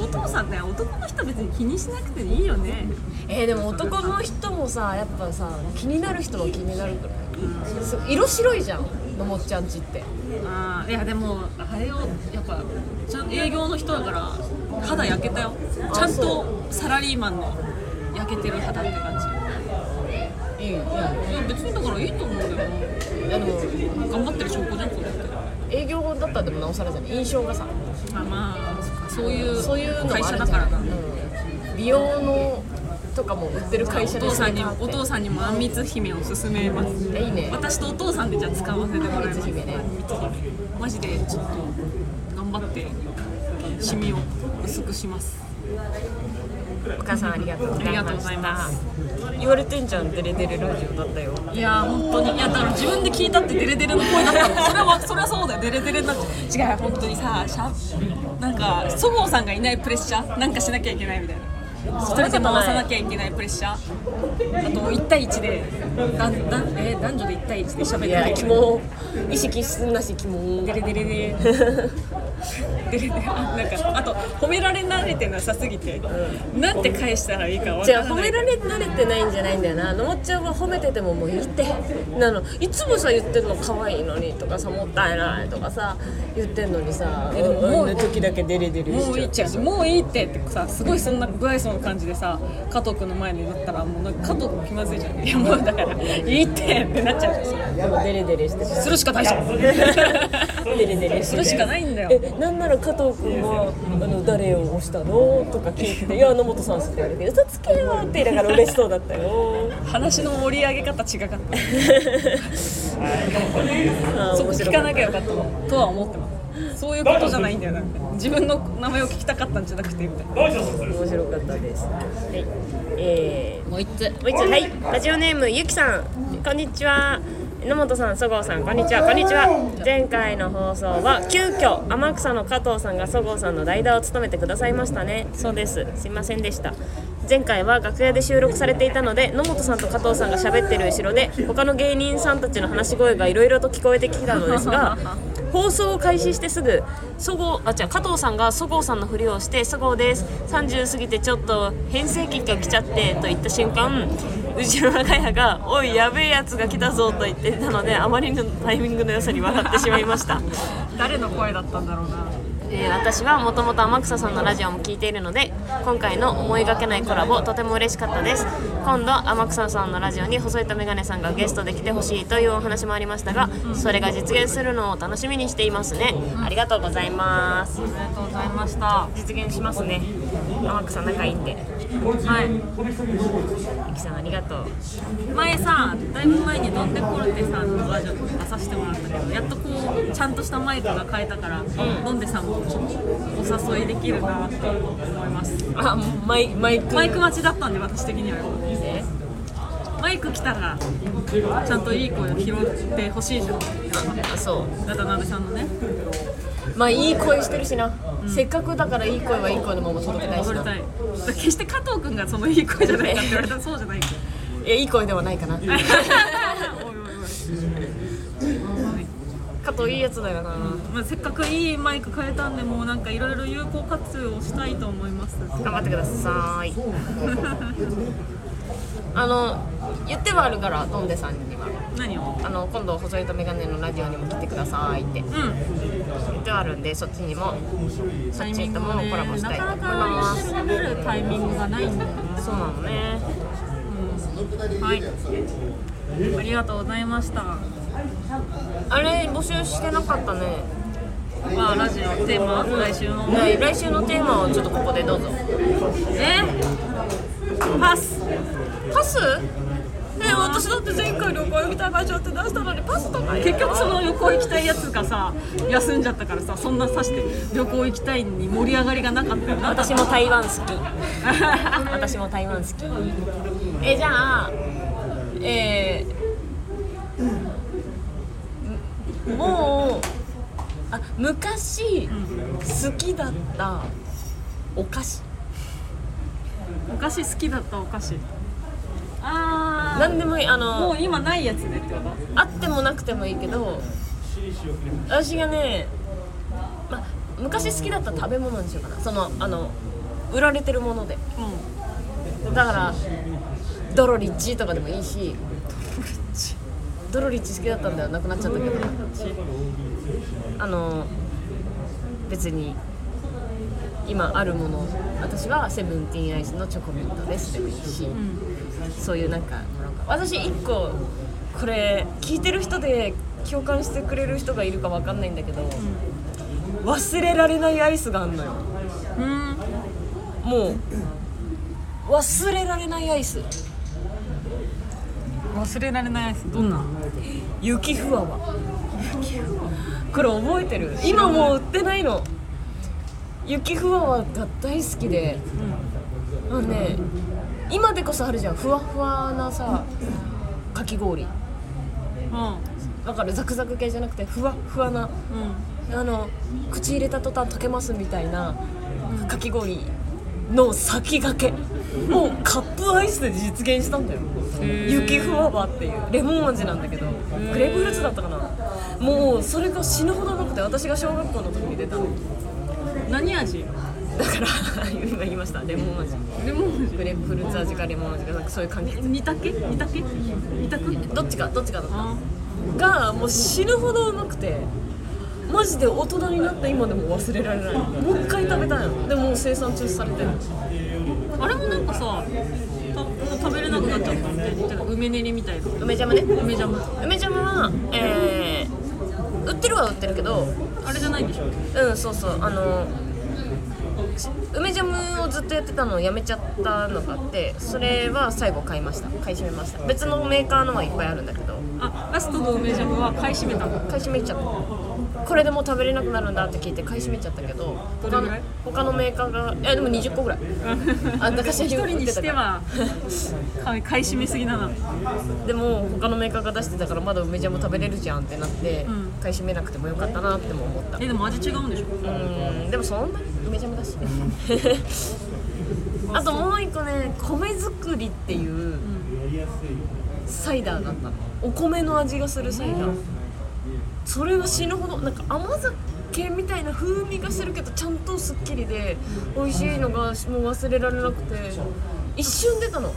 C: お父さんね男の人別に気にしなくていいよね
B: えーでも男の人もさやっぱさ気になる人は気になるくらいそう色白いじゃんのもっちゃんちって
C: あーいやでもあれをやっぱちゃん営業の人だから肌焼けたよちゃんとサラリーマンの焼けてる肌って感じ
B: いいいいい
C: いや別にだからいいと思うけど
B: やでも
C: 頑張ってる証拠じゃんそれって
B: 営業だったらでもなおさらじゃない印象がさ
C: まあまあそういう
B: そういうのもあ
C: 会
B: るじ
C: 社
B: ゃん
C: だからな
B: うん美容のとかも売ってる会社
C: お
B: で
C: 父さんにお父
B: さ
C: さんにもあんみつ姫を勧めます
B: んいいね
C: 私とお父さんでじゃあ使わせてもらいます
B: あんみつ姫ね
C: あんみつ姫マジでちょっと頑張ってシミを薄くします
A: お母さんありがとうございました
C: ありがとうございます
A: 言われてんじゃんデレデレラジオだったよ
C: いやー本当にいやだから自分で聞いたってデレデレの声だったのそれはそれはそうだよデレデレなの違うよ本当にさしゃなんかそごうさんがいないプレッシャーなんかしなきゃいけないみたいな一人で回さなきゃいけないプレッシャーあともう1対1でだんだん、えー男女で1対1で喋って
A: い
C: な
A: や
C: い
A: キモ意識すんなしキモ
C: デレデレデレ デレデレあなんかあと褒められ慣れてなさすぎて、なんて返したらいいかわか
A: じゃあ
C: ら
A: 褒
C: な
A: め
C: い
A: られ慣れてないんじゃないんだよなのもっちゃんは褒めててももういいってなのいつもさ言ってんの可愛いのにとかさもったいないとかさ言ってんのにさ
C: でももう
A: うん時だけデレデレ
C: もういいっちゃうもういいってってさすごいそんな不愛想な感じでさ加藤君の前になったらもうなんか加藤君気まずいじゃんいやもうだからいいってってなっちゃうじゃん
A: でもデレデレしてて
C: するしかない じゃん
A: デレデレ
C: するしかないんだよ
A: えなんなら加藤君はあの誰を押したのとか聞 いて「いや野本さんっす」って言われて「嘘つけよ」って言いながら嬉しそうだったよ
C: 話の盛り上げ方違かったそこ聞かなきゃよかったとは思ってますそういうことじゃないんだよな自分の名前を聞きたかったんじゃなくてみたいな
A: 面白かったですはいえー
D: もう一つ
A: もう一つはいラジオネームゆきさんこんにちは野本さんそごうさんこんにちはこんにちは前回の放送は急遽天草の加藤さんがそごうさんの代打を務めてくださいましたねそうですすいませんでした前回は楽屋で収録されていたので野本さんと加藤さんが喋ってる後ろで他の芸人さんたちの話し声がいろいろと聞こえてきたのですが放送を開始してすぐそごうあ違う加藤さんがそごうさんのふりをして「そごうです30過ぎてちょっと変声期が来ちゃって」と言った瞬間後ろのガヤが「おいやべえやつが来たぞ」と言っていたのであまりのタイミングの良さに笑ってしまいました。
C: 誰の声だったんだろうな
A: えー私はもともと天草さんのラジオも聞いているので今回の思いがけないコラボとても嬉しかったです今度天草さんのラジオに細いとメガネさんがゲストで来てほしいというお話もありましたがそれが実現するのを楽しみにしていますねありがとうございます
C: ありがとうございました
A: 実現しますね天草仲いいんで
C: はい
A: ゆきさんありがとう
C: 前さだいぶ前にドンデコルテさんのラジオとか出させてもらったけどやっとこうちゃんとしたマイクが変えたから、ドンデさんもお誘いできるなって思います
A: あマイマイク
C: マイク待ちだったんで私的にはマイク来たらちゃんといい声を拾ってほしいじゃん
A: そう
C: 渡辺さんのね
D: まあいい声してるしな、せっかくだからいい声はいい声のまま届けたいし
C: 踊り
D: な
C: たい決して加藤君がそのいい声じゃないかって言われたらそうじゃない けど
D: いやいい声ではないかな
C: おいおいおい
D: 加藤いいやつだよな
C: まあ、せっかくいいマイク変えたんでもうなんかいろいろ有効活用したいと思います
A: 頑張ってください
D: あの言ってはあるからドンデさんには
C: 何を
D: あの今度細いとメガネのラジオにも来てくださいって
C: うん
D: 言ってはあるんでそっちにもそ
C: タ
D: っ
C: イ
D: ち
C: ミン
D: と
C: グ
D: も
C: ね
D: コラボ
C: な
D: したいと
C: かな
D: 思いま
C: か
D: す
C: 一緒になるタイミングがないんだよ
A: そうなのね
C: なはいありがとうございました
A: あれ募集してなかったね
C: まあラジオのテーマ来週の
A: ね来週のテーマをちょっとここでどうぞ
C: えパス
A: パス
C: ね私だって前回旅行行きたい場所って出したのにパスとか結局その旅行行きたいやつがさ休んじゃったからさそんなさして旅行行きたいに盛り上がりがなかったよな
A: 私も台湾好き私も台湾好きえじゃあえーんもうあ昔好きだったお菓子
C: お菓子好きだったお菓子あ
A: 何でもいいあ
C: ーも
A: の
C: う今ないやつねってこと
A: あってもなくてもいいけど私がね、まあ、昔好きだった食べ物にしようかなそのあの売られてるもので
C: う
A: だからドロリッチとかでもいいしドロリッチ好きだったんだよなくなっちゃったけどあの別に今あるもの私はセブンティーンアイスのチョコミントですでもいいし、そういうなんかなんか私一個これ聞いてる人で共感してくれる人がいるかわかんないんだけど、忘れられないアイスがあんのよ
C: んうん
A: もう忘れられないアイス
C: 忘れられないやつどんな
A: 雪ふわわ
B: 袋覚えてる今もう売ってないの雪ふわわが大好きで、あのね今でこそあるじゃんふわふわなさかき氷わかるザクザク系じゃなくてふわふわな
C: うんうん
B: あの口入れた途端溶けますみたいなかき氷の先駆けもうカップアイスで実現したんだよ雪ふわばっていうレモン味なんだけどグレープフルーツだったかなもうそれが死ぬほどなくて私が小学校の時に出たの
C: 何味
B: だから今言いましたレモン味
C: レモン味
B: グレープフルーツ味かレモン味かなんかそういう感じ
C: 二択二択二択
B: どっちかどっちかだった
C: あ
B: がもう死ぬほどうまくてマジで大人になった今でも忘れられないもう一回食べたいのでももう生産中止されてる
C: あれもなんかさたもう食べれなくなっちゃったみたいなてか梅練りみたいな
B: 梅ジャムね
C: 梅ジャム
B: 梅ジャムはえー、売ってるは売ってるけど
C: あれじゃないんでしょ
B: うんそうそうあのし梅ジャムをずっとやってたのをやめちゃったのがあってそれは最後買いました買い占めました別のメーカーのはいっぱいあるんだけど
C: あラストの梅ジャムは買い占めたの
B: 買い占めちゃったこれでもう食べれなくなるんだって聞いて買い占めちゃったけど
C: ど
B: 他
C: れぐ
B: の
C: らい
B: 他のメーカーがいやでも20個ぐらい あんた
C: 一人にしては 買い買い占めすぎだな
B: でも他のメーカーが出してたからまだ梅ジャム食べれるじゃんってなって、
C: ん
B: 買い占めなくてもよかったなっても思ったう
C: えでも味違うんでしょ
B: ーんでもそんなに梅ジャムだしあともう一個ね米作りっていうサイダーがあったのお米の味がするサイダーそれが死ぬほどなんか甘酒みたいな風味がするけどちゃんとすっきりで美味しいのがもう忘れられなくて一瞬出たの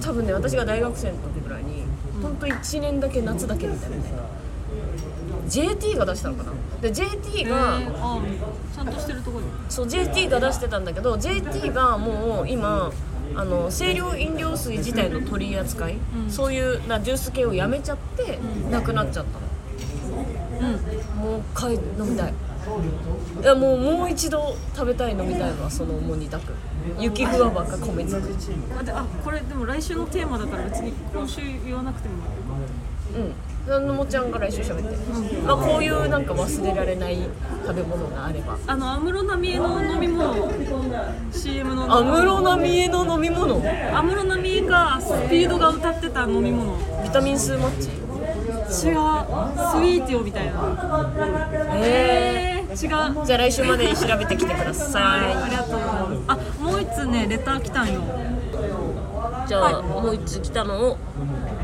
B: 多分ね私が大学生の時ぐらいにほんと1年だけ夏だけみたいなね JT が出したのかなで JT が、
C: えーあちゃんとしてるところ
B: そう JT が出してたんだけど JT がもう今あの清涼飲料水自体の取り扱い、そういうなジュース系をやめちゃって、なくなっちゃったの、うん、もう買い飲みたいいやもうもう一度食べたい飲みたいわその重に抱く雪ふわばか米作り
C: あであこれでも来週のテーマだから別に今週言わなくても
B: うんあのもちゃんが来週喋って、まあ、こういうなんか忘れられない食べ物があれば
C: あの安室奈美恵の飲み物 CM の
B: 安室奈美恵の飲み物ビ
C: 安室奈美恵がスピードが歌ってた飲み物
B: タミン数マッチ
C: 違うスイートよみたいなえー、違う
B: じゃあ来週までに調べてきてください
C: ありがとうございますあもう一つねレター来たんよ
A: じゃあ、もう一つ来たのを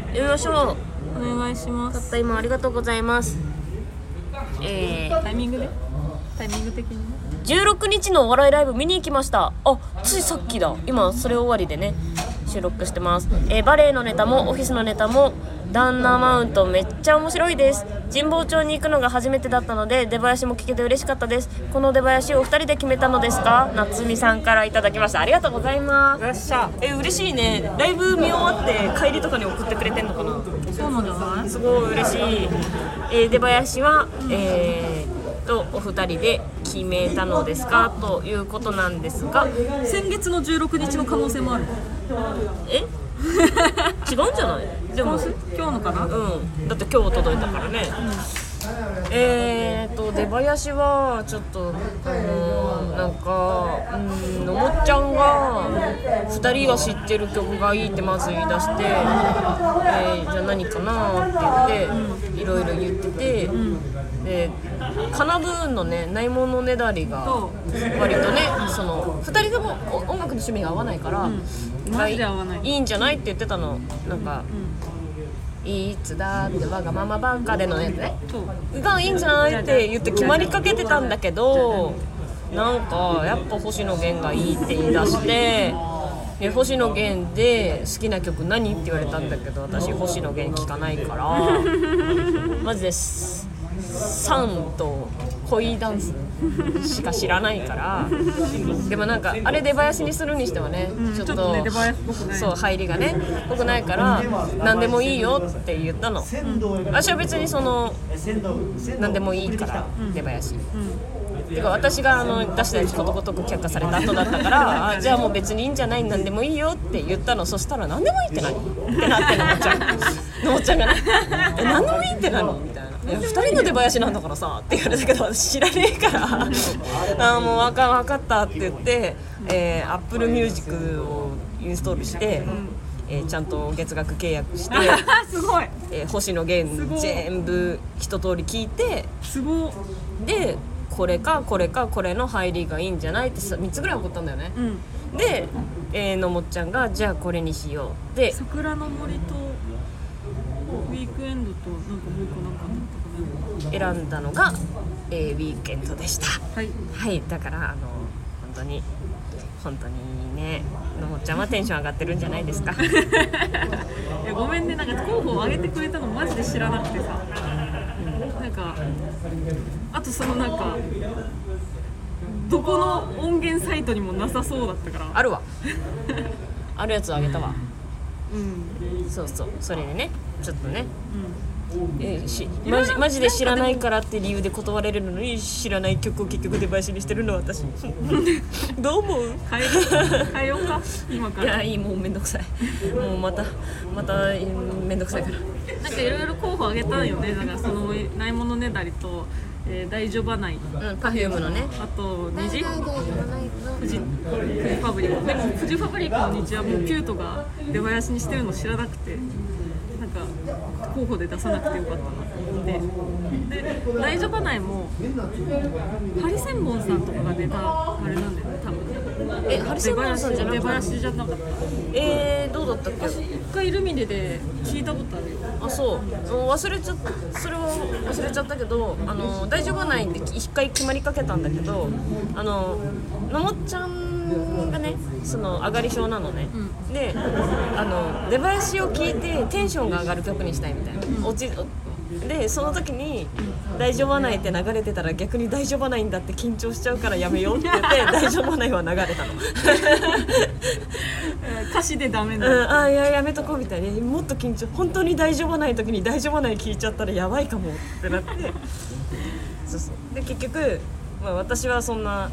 A: 読みましょう
C: お願いします
A: た今ありがとうございますえー
C: タイミングでタイミング的にね
A: 16日のお笑いライブ見に行きましたあついさっきだ今それ終わりでね収録してます、えーバレエのネタもオフィスのネタも旦那マウントめっちゃ面白いです神保町に行くのが初めてだったので出囃子も聞けて嬉しかったですこの出囃子をお二人で決めたのですか夏美さんからいただきましたありがとうございます
B: よっしゃ
A: えー嬉しいねライブ見終わって帰りとかに送ってくれてんのかな
C: そうなんじゃない
A: すごい嬉しい、えー出囃子は、えーとお二人で決めたのですかということなんですが
C: 先月の16日の可能性もある
A: え違うんじゃないでもう
C: 今日のかなん
A: だって今日届いたからね、えーと出囃子はちょっとあのーなんかうんのもっちゃんが2人が知ってる曲がいいってまず言い出して、えーじゃあ何かなって言っていろいろ言ってて、でカナブーンのね「ないものねだり」が割とねその2人ともお音楽の趣味が合わないから、
C: マジで合わない
A: いいんじゃないって言ってたのなんか、いつだってわがままばっかでのやつね
C: そう
A: がいいんじゃないって言って決まりかけてたんだけどなんかやっぱ星野源がいいって言い出してで星野源で好きな曲何って言われたんだけど私星野源聴かないからマジですサンと恋ダンスしか知らないからでもなんかあれ出囃子にするにしてはねちょっ
C: ちょっと
A: と
C: ね出囃子っぽくない
A: そう入りがね僕ないから何でもいいよって言ったの
H: 鮮度を
A: 私は別にその
H: 鮮度鮮度
A: 何でもいいから出囃子、てか私があの出したやつことごとく却下された後だったからあじゃあもう別にいいんじゃない何でもいいよって言ったのそした ら何でもいいって何ってなってのもっちゃんのもっちゃんがねえ何でもいいって何みたいな
D: え二人の出囃子なんだからさって言われたけど私知らねえからあーもうわかわかったって言って、えー、Apple Music をインストールして、えーちゃんと月額契約して、
C: すごい
D: えー星野源
C: ごい
D: 全部一通り聞いて
C: すごい
D: でこれかこれかこれの入りがいいんじゃないって3つぐらい怒ったんだよね
C: うん
D: で、えーのもっちゃんがじゃあこれにしようで
C: 桜の森とウィークエンドとなんかもう一個なんかあった
D: 選んだのが、えーウィークエンドでした
C: かなはい
D: はいだからあの本当に本当にねのもっちゃんはテンション上がってるんじゃないですか
C: いやごめんねなんか候補を挙げてくれたのマジで知らなくてさなんかあとそのなんかどこの音源サイトにもなさそうだったから
D: あるわ あるやつあげたわ
C: うんうん
D: そうそうそれでねちょっとね、えーしマジマジで知らないからって理由で断れるのに知らない曲を結局出囃子にしてるのは私どう思う
C: 変える変えようか今か
D: い
C: ら
D: やいいもうめんどくさ いもうまたまたうんめんどくさいから
C: なんかいろいろ候補挙げたんよねだからその「ないものねだり」と「えー大丈夫はない」
D: うん、パフュームのね。
C: あと虹フジフジファブリックでもフジファブリックの虹はもうキュートが出囃子にしてるの知らなくてなんか候補で出さなくてよかったなと思ってで大丈夫ないもハリセンボンさんとかが出たあれなんだよね多分
D: え、ハリセンボンさんじゃな
C: 出
D: くて
C: 囃子じゃなかった
D: えー、どうだったっけ
C: 私一回ルミネで聞いたことあるよ
D: あ、そう。もう忘れちゃった、それは忘れちゃったけど、あの、大丈夫ないんで一回決まりかけたんだけど、あの、のもっちゃんがね、その、上がり症なのね。で、あの、出囃子を聞いてテンションが上がる曲にしたいみたいな。落ちでその時に「大丈夫はない」って流れてたら逆に「大丈夫はないんだ」って緊張しちゃうからやめようって言って「大丈夫はない」は流れたの。
C: 歌詞でダメ
D: うん、
C: な
D: あーいややめとこうみたいにもっと緊張本当に大丈夫ない時に大丈夫ない聞いちゃったらやばいかもって なってそうそうで結局、まあ、私はそんな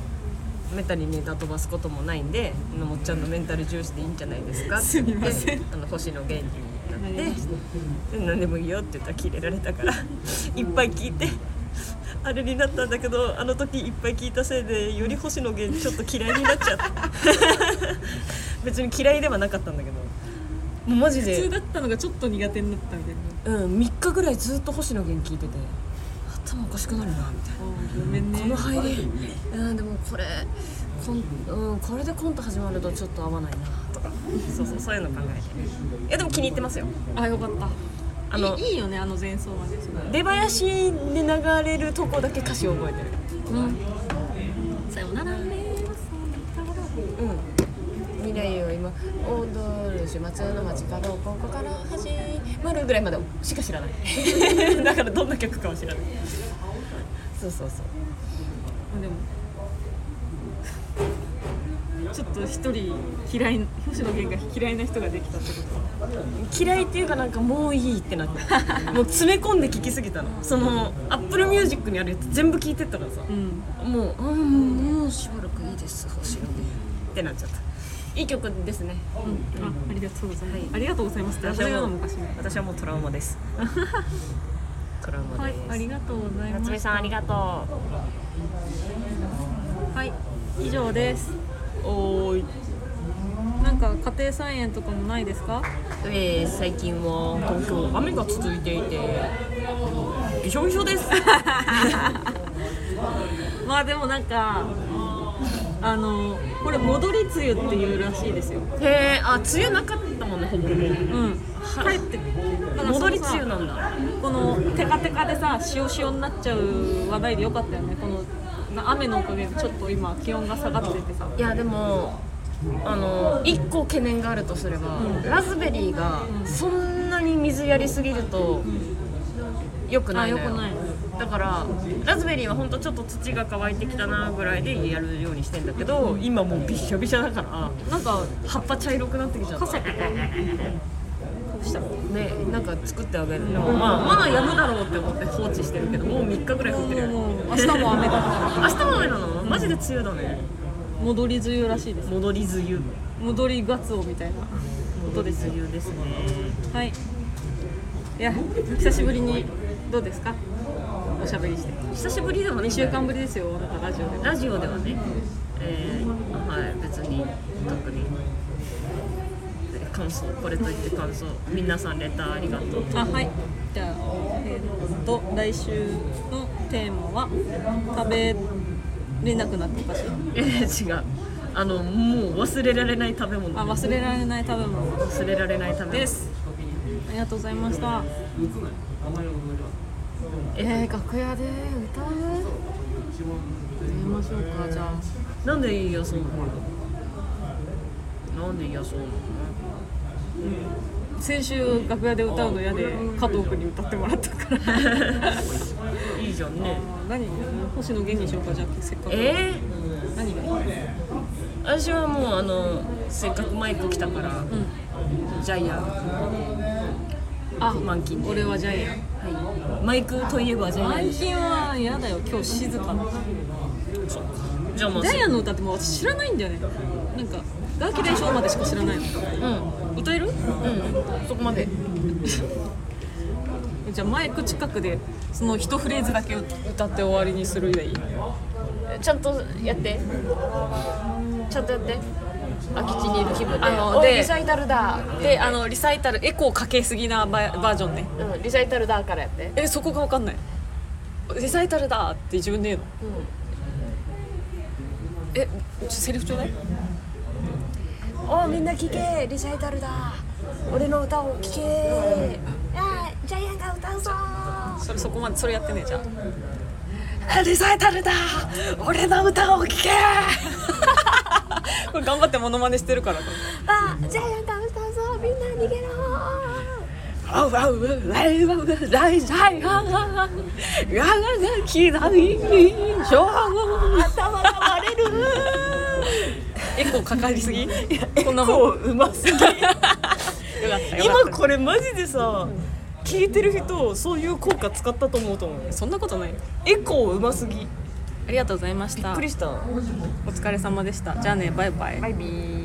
D: めったにネタ飛ばすこともないんでのもっちゃんのメンタル重視でいいんじゃないですかすみませんあの星野源になってで何でもいいよって言ったらキレられたからいっぱい聞いて。あれになったんだけどあの時いっぱい聞いたせいでより星野源ちょっと嫌いになっちゃった 別に嫌いではなかったんだけどもうマジ
C: 普通
D: で、
C: だったのがちょっと苦手になったみたいな
D: うん、3日ぐらいずっと星野源聞いてて頭おかしくなるなみたいな。
C: あーごめんね
D: この入り、うん、でもこれこん、うん、これでコント始まるとちょっと合わないなとかそうそうそういうの考えていやでも気に入ってますよ
C: あよかった
D: あの
C: いいいいよねあの前奏まですごい
D: 出囃子で流れるとこだけ歌詞を覚えてる
C: さよなら
D: 未来を今踊る始末の街角ここから始まるぐらいまでしか知らない だからどんな曲かは知らないそうそうそう
C: でもちょっと一人嫌い星野源が嫌いな人ができたってこと
D: 嫌いっていうかなんかもういいってなった もう詰め込んで聴きすぎたのそのアップルミュージックにあるやつ全部聴いてったからさ
C: うん
D: もううんもうしばらくいいです星野源ってなっちゃったいい曲ですね
C: あありがとうございます、ありがとうございますって私
D: 私
C: が言う
D: は
C: の
D: も
C: も
D: う
C: おかしいね
D: 私はもうトラウマです トラウマ
C: は
D: で
C: い
D: す、
C: ありがとうございま
A: 夏目
C: す
A: さんありがとう
C: はい以上です
D: おーい
C: なんか家庭菜園とかもないですか
D: えー最近は東京雨が続いていてびしょびしょです
C: まあでもなんかあのこれ戻り梅雨っていうらしいですよ
D: へえあ梅雨なかったもんねほぼ
C: うん帰ってだからそのさ
D: 戻り梅雨なんだ
C: このテカテカでさ塩塩になっちゃう話題でよかったよねこのな雨のおかげでちょっと今気温が下がっててさ
D: いやでもあの一個懸念があるとすれば、ラズベリーがそんなに水やりすぎると良くないのよ
C: あ良くない
D: だからラズベリーはほんとちょっと土が乾いてきたなぐらいでやるようにしてんだけど今もうびっしょびしょだから
C: なんか
D: 葉っぱ茶色くなってきちゃった
C: 傘とか
D: ねなんか作ってあげるのまあまあやむだろうって思って放置してるけどもう3日ぐらい降ってるよね
C: もう明日も雨だ
D: 明日も雨なのマジで梅雨だね
C: 戻り梅雨らしいです
D: 戻り梅雨
C: 戻りガツオみたいな
D: 戻り梅雨ですね
C: はいいや久しぶりにどうですかおしゃべりして
D: 久しぶりでもね
C: 2週間ぶりですよなんかラジオで
D: ラジオではね、えーはい、別に特にえ感想これといって感想皆さんレターありがとう
C: あはいじゃあえーっと来週のテーマは食べれなくなったお菓子
D: えー、違うあのもう忘れられない食べ物
C: あ忘れられない食べ物
D: 忘れられない食べ物
C: ですありがとうございました
D: え
I: 楽屋で歌う歌いましょうかじゃあ
D: ーなんで嫌そうなのなんで嫌そうなの
C: 先週楽屋で歌うの嫌で加藤君に歌ってもらったから
D: いいじゃんね
C: 何星野源にしようかじゃあせっかく
D: え
C: 何がいい
D: ー、私はもうあのせっかくマイク来たから、ジャイアン
C: あ
D: 満金で、
C: 俺はジャイアン
D: はい、マイクといえばジャイアン
C: 最
D: でしょ
C: 近は嫌だよ今日静かな
D: じゃあまあ
C: ジャイアンの歌ってもう私知らないんだよねなんか「ガーキ大将」までしか知らないの歌える
D: うんそこまで
C: じゃあマイク近くでその一フレーズだけ歌って終わりにするでいい
B: ちゃんとやってちゃんとやって空き地にいる気分で
C: あの
B: おい
C: で
B: リサイタルだ、
C: であのリサイタルエコーかけすぎなババージョンね
B: うん、リサイタルだからやって
C: えそこが分かんないリサイタルだって自分で言うの、えちょセリフちょうだい
B: おみんな聞けリサイタルだ俺の歌を聞けあージャイアンが歌うぞ
C: それそこまでそれやってねじゃ
I: あリサイタルだ俺の歌を聴け
C: あこれ頑張ってモノマネしてるから
B: あージャイアンが歌うぞみんな逃げろ
I: あうあうあいわうライサイハハやがなきないしょ
B: 頭が割れる
C: エコーかかりすぎこんなもん
B: こううますぎ
C: よかったよかっ
B: 今これマジでさ聞いてる人そういう効果使ったと思うと思う
C: たそんなことないよ
B: エコーうますぎびっ
C: ありがとうございました
B: くりした
C: お疲れ様でしたじゃあねバイバイ
B: バイビー